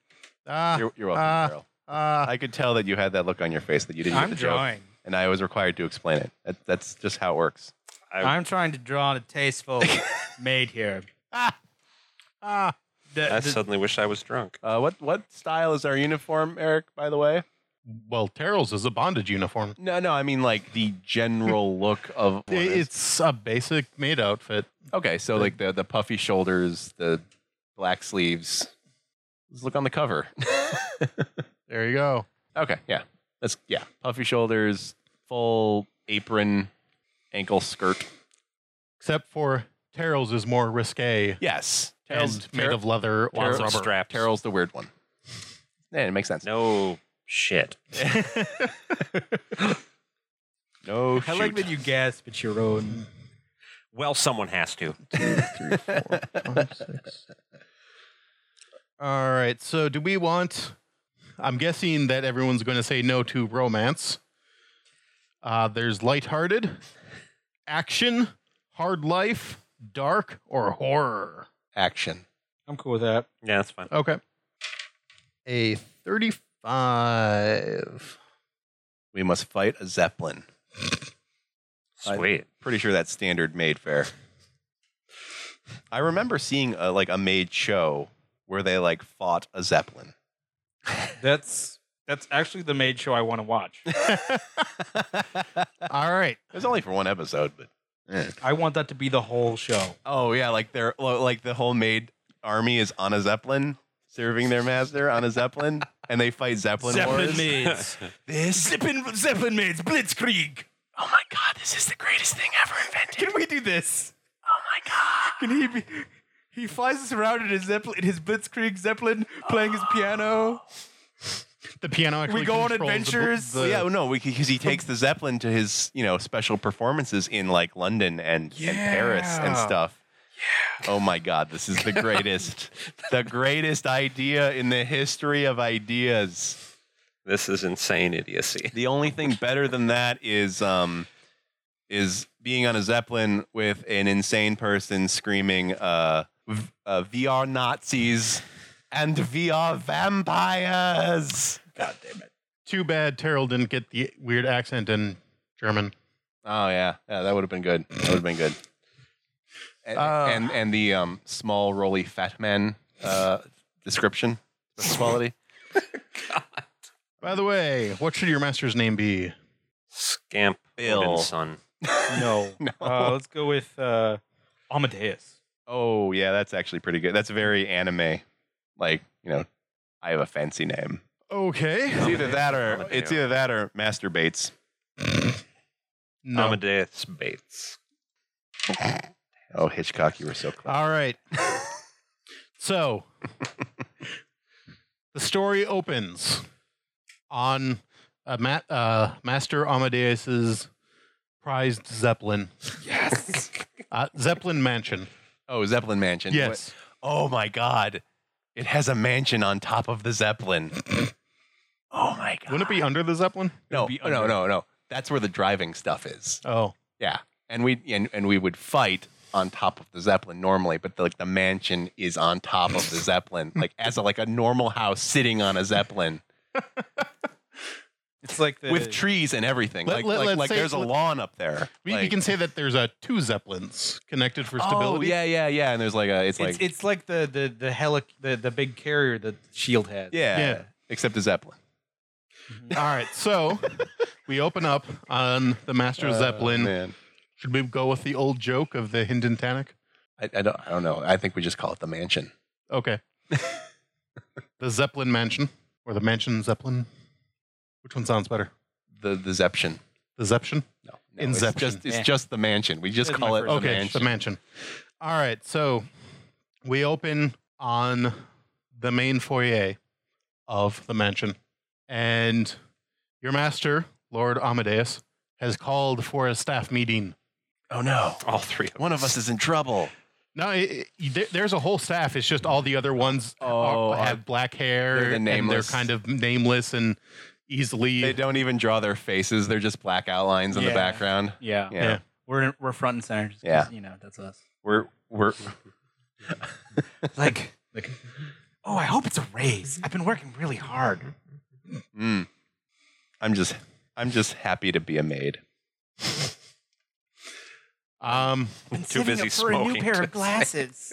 [SPEAKER 2] Ah,
[SPEAKER 3] You're, you're welcome,
[SPEAKER 2] uh,
[SPEAKER 3] Carol.
[SPEAKER 2] ah.
[SPEAKER 3] I could tell that you had that look on your face that you didn't get
[SPEAKER 5] I'm
[SPEAKER 3] the joke,
[SPEAKER 5] drawing.
[SPEAKER 3] and I was required to explain it. That, that's just how it works.
[SPEAKER 6] I'm trying to draw a tasteful maid here.
[SPEAKER 2] ah.
[SPEAKER 4] I suddenly wish I was drunk.
[SPEAKER 3] Uh, what what style is our uniform, Eric? By the way,
[SPEAKER 2] Well, Terrell's is a bondage uniform.
[SPEAKER 3] no, no, I mean like the general look of. one is-
[SPEAKER 2] It's a basic maid outfit.
[SPEAKER 3] okay, so like the the puffy shoulders, the black sleeves. Let's look on the cover.
[SPEAKER 2] There you go.
[SPEAKER 3] okay, yeah, that's yeah, puffy shoulders, full apron, ankle skirt.
[SPEAKER 2] Except for Terrell's is more risque
[SPEAKER 3] Yes,
[SPEAKER 2] and made
[SPEAKER 3] Ter-
[SPEAKER 2] of leather or
[SPEAKER 4] Lots
[SPEAKER 2] rubber.
[SPEAKER 4] of straps.
[SPEAKER 3] Terrell's the weird one. Yeah, it makes sense.
[SPEAKER 4] No shit.
[SPEAKER 3] No,
[SPEAKER 5] I like that you gasp at your own.
[SPEAKER 4] Well, someone has to.
[SPEAKER 2] All right. So, do we want? I'm guessing that everyone's going to say no to romance. Uh, there's lighthearted, action, hard life, dark, or horror.
[SPEAKER 3] action.
[SPEAKER 5] I'm cool with that.
[SPEAKER 4] Yeah, that's fine.
[SPEAKER 2] Okay. A 35.
[SPEAKER 3] We must fight a zeppelin. I-
[SPEAKER 4] Sweet.
[SPEAKER 3] Pretty sure that's standard maid fare. I remember seeing a, like a maid show where they like fought a zeppelin.
[SPEAKER 5] That's that's actually the maid show I want to watch.
[SPEAKER 3] it
[SPEAKER 2] All right.
[SPEAKER 3] was only for one episode, but eh.
[SPEAKER 5] I want that to be the whole show.
[SPEAKER 3] oh yeah, like they're lo- like the whole maid army is on a zeppelin. serving their master on a zeppelin, and they fight zeppelin, wars.
[SPEAKER 5] maids.
[SPEAKER 3] This,
[SPEAKER 5] Zeppelin, Zeppelin maids. Blitzkrieg.
[SPEAKER 3] oh my god, this is the greatest thing ever invented.
[SPEAKER 5] Can we do this? Oh my god. Can he be. He flies us around in his zeppelin, in his Blitzkrieg zeppelin, playing his piano.
[SPEAKER 2] The piano actually
[SPEAKER 5] We go on
[SPEAKER 2] controls the bl-
[SPEAKER 5] adventures.
[SPEAKER 2] the-
[SPEAKER 3] yeah, no, because he takes the zeppelin to his you know special performances in like London and, and Paris and
[SPEAKER 2] Yeah.
[SPEAKER 3] stuff. Oh my God! This is the greatest, the greatest idea in the history of ideas.
[SPEAKER 4] This is insane idiocy.
[SPEAKER 3] The only thing better than that is um is being on a zeppelin with an insane person screaming uh, v- uh "We are Nazis and we are vampires." God damn it!
[SPEAKER 2] Too bad Terrell didn't get the weird accent in German.
[SPEAKER 3] Oh yeah, yeah, that would have been good. That would have been good. And,
[SPEAKER 2] Uh.
[SPEAKER 3] and and the um small roly fat man uh description quality.
[SPEAKER 2] By the way, what should your master's name be?
[SPEAKER 4] Scamp
[SPEAKER 3] Bill.
[SPEAKER 4] Odin's son.
[SPEAKER 5] No.
[SPEAKER 3] No.
[SPEAKER 5] Uh, let's go with uh, Amadeus.
[SPEAKER 3] Oh yeah, that's actually pretty good. That's very anime. Like you know, I have a fancy name. It's
[SPEAKER 2] Okay.
[SPEAKER 3] either that or
[SPEAKER 4] Amadeus.
[SPEAKER 3] it's either that or masturbates.
[SPEAKER 2] No.
[SPEAKER 4] Amadeus Bates.
[SPEAKER 3] Oh Hitchcock, you were so close.
[SPEAKER 2] All right. so the story opens on uh, Ma- uh, Master Amadeus's prized Zeppelin.
[SPEAKER 3] Yes.
[SPEAKER 2] Uh, Zeppelin Mansion.
[SPEAKER 3] oh Zeppelin Mansion.
[SPEAKER 2] yes.
[SPEAKER 3] What- Oh my God, it has a mansion on top of the Zeppelin. oh my God.
[SPEAKER 2] Wouldn't it be under the Zeppelin?
[SPEAKER 3] no,
[SPEAKER 5] be
[SPEAKER 3] no,
[SPEAKER 5] under-
[SPEAKER 3] no, no. That's where the driving stuff is.
[SPEAKER 2] Oh.
[SPEAKER 3] Yeah, and we and, and we would fight on top of the Zeppelin normally, but the, like the mansion is on top of the Zeppelin, like as a, like a normal house sitting on a Zeppelin
[SPEAKER 5] It's like the
[SPEAKER 3] with trees and everything.
[SPEAKER 2] Let-
[SPEAKER 3] like
[SPEAKER 2] let-
[SPEAKER 3] like,
[SPEAKER 2] let's
[SPEAKER 3] like
[SPEAKER 2] say-
[SPEAKER 3] there's a
[SPEAKER 2] let-
[SPEAKER 3] lawn up there.
[SPEAKER 2] We, we
[SPEAKER 3] Like-
[SPEAKER 2] can say that there's uh, two Zeppelins connected for stability.
[SPEAKER 3] Oh yeah, yeah, yeah. And there's like a it's,
[SPEAKER 6] It's,
[SPEAKER 3] like
[SPEAKER 6] it's like the the the helic the, the big carrier that
[SPEAKER 5] E
[SPEAKER 6] Shield has.
[SPEAKER 3] yeah,
[SPEAKER 2] yeah.
[SPEAKER 3] except a Zeppelin.
[SPEAKER 2] All right. So we open up on the Master Zeppelin.
[SPEAKER 3] Oh, Uh, Man.
[SPEAKER 2] Should we go with the old joke of the Hinden Tannic?
[SPEAKER 3] I, I don't I don't know. I think we just call it the mansion.
[SPEAKER 2] Okay. the Zeppelin Mansion or the Mansion Zeppelin? Which one sounds better?
[SPEAKER 3] The the Zeption.
[SPEAKER 2] The Zeption?
[SPEAKER 3] No, no it's
[SPEAKER 2] Inception.
[SPEAKER 3] just it's
[SPEAKER 6] Yeah.
[SPEAKER 3] just the mansion. We just
[SPEAKER 5] That's
[SPEAKER 3] call
[SPEAKER 5] my
[SPEAKER 3] it
[SPEAKER 5] first
[SPEAKER 3] the
[SPEAKER 2] okay,
[SPEAKER 3] mansion.
[SPEAKER 2] the mansion. All right. So we open on the main foyer of the mansion, and your master, Lord Amadeus, has called for a staff meeting.
[SPEAKER 3] oh no,
[SPEAKER 4] All three of them.
[SPEAKER 3] one of us is in trouble.
[SPEAKER 2] No, it, it, there, there's a whole staff. It's just all the other ones
[SPEAKER 3] Oh,
[SPEAKER 2] are, have black hair
[SPEAKER 3] they're the
[SPEAKER 2] and they're
[SPEAKER 3] nameless.
[SPEAKER 2] kind of nameless and easily.
[SPEAKER 3] They don't even draw their faces. They're just black outlines in the
[SPEAKER 6] Yeah.
[SPEAKER 3] background.
[SPEAKER 6] yeah.
[SPEAKER 3] Yeah.
[SPEAKER 2] Yeah.
[SPEAKER 6] We're in, we're front and center. Just 'cause,
[SPEAKER 3] Yeah.
[SPEAKER 6] you know that's us.
[SPEAKER 3] We're we're
[SPEAKER 6] Like
[SPEAKER 5] oh, I hope it's a raise. I've been working really hard.
[SPEAKER 3] mm. I'm just I'm just happy to be a maid.
[SPEAKER 2] Um,
[SPEAKER 5] Been
[SPEAKER 4] Too busy smoking to say.
[SPEAKER 5] glasses.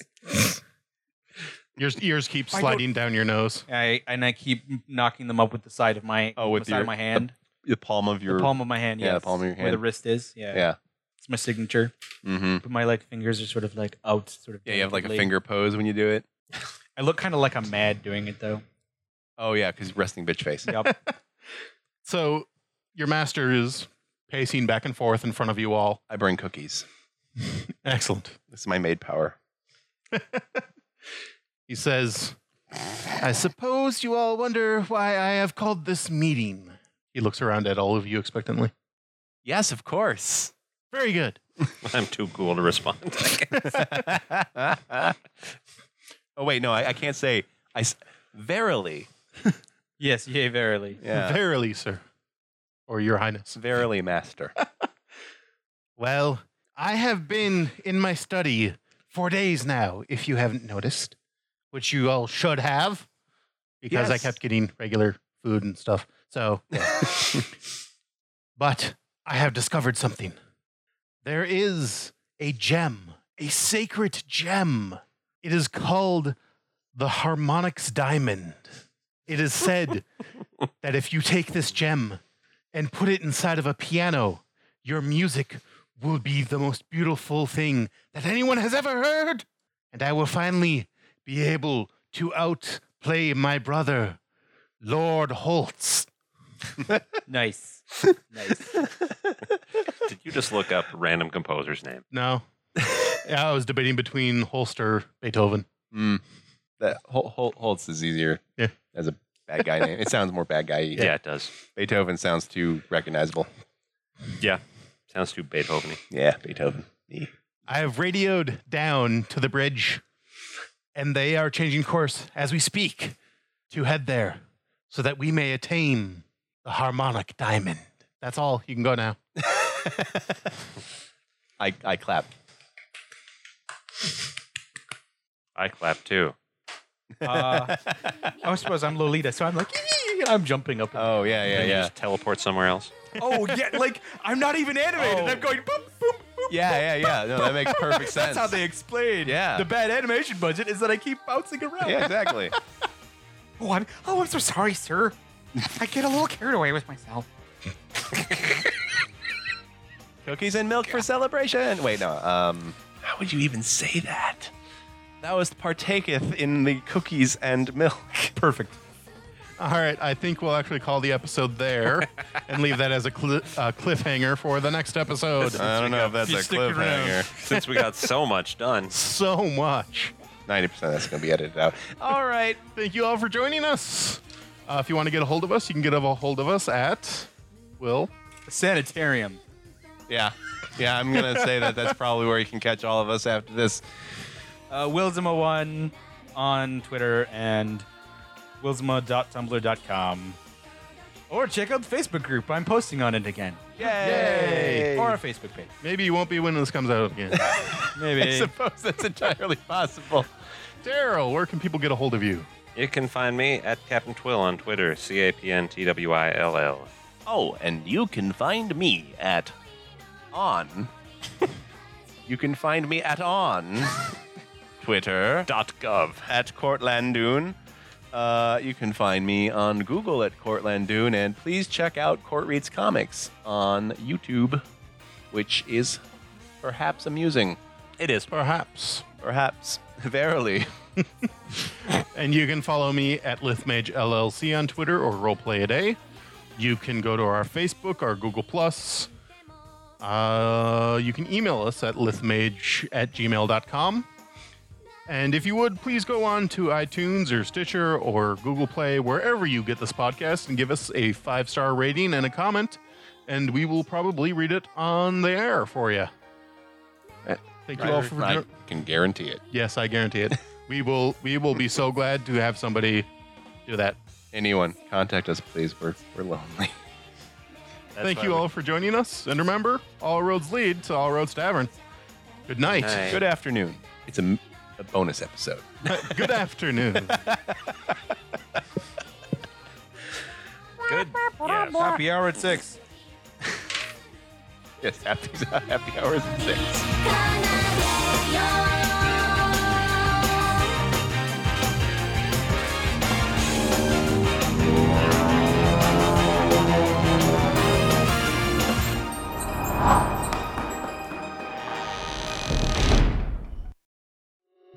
[SPEAKER 2] yours ears keep
[SPEAKER 5] I don't-
[SPEAKER 2] sliding down your nose.
[SPEAKER 6] I and I keep knocking them up with the side of my
[SPEAKER 3] Oh, with
[SPEAKER 6] the side
[SPEAKER 3] your-
[SPEAKER 6] of my hand,
[SPEAKER 3] The palm of your
[SPEAKER 6] the palm of my hand.
[SPEAKER 3] yeah, the
[SPEAKER 6] yes.
[SPEAKER 3] palm of your
[SPEAKER 6] where the
[SPEAKER 3] hand.
[SPEAKER 6] wrist is. Yeah,
[SPEAKER 3] Yeah.
[SPEAKER 6] it's my signature.
[SPEAKER 3] Mm-hmm.
[SPEAKER 6] But my like fingers are sort of like out, sort of.
[SPEAKER 3] Yeah, you have like a
[SPEAKER 6] delicately.
[SPEAKER 3] finger pose when you do it.
[SPEAKER 6] I look kind of like I'm mad doing it though.
[SPEAKER 3] Oh yeah, because resting bitch face.
[SPEAKER 6] Yep.
[SPEAKER 2] So your master is pacing back and forth in front of you all.
[SPEAKER 3] I bring cookies.
[SPEAKER 2] Excellent.
[SPEAKER 3] This is my maid power.
[SPEAKER 2] He says, I suppose you all wonder why I have called this meeting. He looks around at all of you expectantly.
[SPEAKER 3] Yes, of course.
[SPEAKER 2] Very good.
[SPEAKER 4] I'm too cool to respond.
[SPEAKER 3] oh wait, no, I, I can't say. I s- verily,
[SPEAKER 6] yes, yea, verily.
[SPEAKER 3] yeah,
[SPEAKER 2] Verily, sir. Or your highness.
[SPEAKER 3] verily, master.
[SPEAKER 2] Well, I have been in my study for days now, if you haven't noticed, which you all should have, because I
[SPEAKER 3] Yes.
[SPEAKER 2] kept getting regular food and stuff. So, yeah. but I have discovered something. There is a gem, a sacred gem. It is called the Harmonix Diamond. It is said that if you take this gem and put it inside of a piano, your music will be the most beautiful thing that anyone has ever heard. And I will finally be able to out play my brother, Lord Holtz.
[SPEAKER 6] Nice. nice.
[SPEAKER 4] Did you just look up random composer's name?
[SPEAKER 2] No. yeah, I was debating between Holster, Beethoven.
[SPEAKER 3] Mm. That Hol- Hol- Holtz is easier
[SPEAKER 2] Yeah.
[SPEAKER 3] as a bad guy name. It sounds more bad guy.
[SPEAKER 4] Yeah, it does.
[SPEAKER 3] Beethoven sounds too recognizable.
[SPEAKER 4] Sounds too Beethoven-y.
[SPEAKER 3] Yeah, Beethoven. Me.
[SPEAKER 2] I have radioed down to the bridge, and they are changing course as we speak to head there so that we may attain the harmonic diamond. That's all. You can go now.
[SPEAKER 3] I, I clap.
[SPEAKER 4] I clap too.
[SPEAKER 5] Uh, I suppose I'm Lolita, so I'm like, I'm jumping up.
[SPEAKER 3] Oh, yeah, yeah,
[SPEAKER 4] Can you
[SPEAKER 3] yeah.
[SPEAKER 4] just teleport somewhere else.
[SPEAKER 5] oh yeah, like I'm not even animated. I'm going boop boop boop.
[SPEAKER 3] Yeah, yeah, yeah. No, that makes perfect sense.
[SPEAKER 5] That's how they explain.
[SPEAKER 3] Yeah.
[SPEAKER 5] The bad animation budget is that I keep bouncing around.
[SPEAKER 3] Yeah, exactly.
[SPEAKER 5] Oh, I'm, oh, I'm so sorry, sir. I get a little carried away with myself.
[SPEAKER 3] Cookies and milk for celebration. Wait, no. Um, how would you even say that? Thou hast partaketh in the cookies and milk.
[SPEAKER 5] Perfect.
[SPEAKER 2] All right. I think we'll actually call the episode there and leave that as a cli uh, cliffhanger for the next episode.
[SPEAKER 3] I don't know if that's
[SPEAKER 5] you
[SPEAKER 3] a
[SPEAKER 5] stick around.
[SPEAKER 3] cliffhanger.
[SPEAKER 4] Since we got so much done.
[SPEAKER 2] so much.
[SPEAKER 3] 90% of that's going to be edited out. All right.
[SPEAKER 2] Thank you all for joining us. Uh, if you want to get a hold of us, you can get a hold of us at Will.
[SPEAKER 5] Sanitarium.
[SPEAKER 3] Yeah. Yeah, I'm going to say that that's probably where you can catch all of us after this.
[SPEAKER 6] Uh, Wilzima1 on Twitter and wilzima.tumblr.com. Or check out the Facebook group. I'm posting on it again.
[SPEAKER 2] Yay.
[SPEAKER 6] Or a Facebook page.
[SPEAKER 2] Maybe you won't be when this comes out again.
[SPEAKER 3] I
[SPEAKER 6] Maybe.
[SPEAKER 3] suppose that's entirely possible.
[SPEAKER 2] Daryl, where can people get a hold of you?
[SPEAKER 4] You can find me at Captain Twill on Twitter, C A P N T W I L L.
[SPEAKER 3] Oh, and you can find me at on. you can find me at on Twitter
[SPEAKER 4] Dot gov.
[SPEAKER 3] at Courtlandoon. Uh, you can find me on Google at Courtlandoon, and please check out Court Reads Comics on YouTube, which is perhaps amusing,
[SPEAKER 4] It is.
[SPEAKER 2] Perhaps.
[SPEAKER 3] perhaps verily.
[SPEAKER 2] And you can follow me at Lithmage LLC on Twitter or Roleplay a Day. You can go to our Facebook, our Google Plus. Uh, you can email us at lithmage at gmail.com. And if you would, please go on to iTunes or Stitcher or Google Play, wherever you get this podcast, and give us a five star rating and a comment. And we will probably read it on the air for you. Thank you all for
[SPEAKER 3] I can guarantee it.
[SPEAKER 2] Yes, I guarantee it. We will we will be so glad to have somebody do that.
[SPEAKER 3] Anyone, contact us, please. We're, we're lonely.
[SPEAKER 4] That's
[SPEAKER 2] Thank
[SPEAKER 4] why
[SPEAKER 2] you
[SPEAKER 4] we-
[SPEAKER 2] all for joining us. And remember, all roads lead to All Roads Tavern. Good night.
[SPEAKER 4] night.
[SPEAKER 3] Good afternoon. It's a, m- a bonus episode.
[SPEAKER 2] Good afternoon.
[SPEAKER 4] Good. Yes.
[SPEAKER 6] Happy hour at 6.
[SPEAKER 3] Yes, happy, happy hours at
[SPEAKER 8] 「叶
[SPEAKER 3] 6.
[SPEAKER 8] えよう」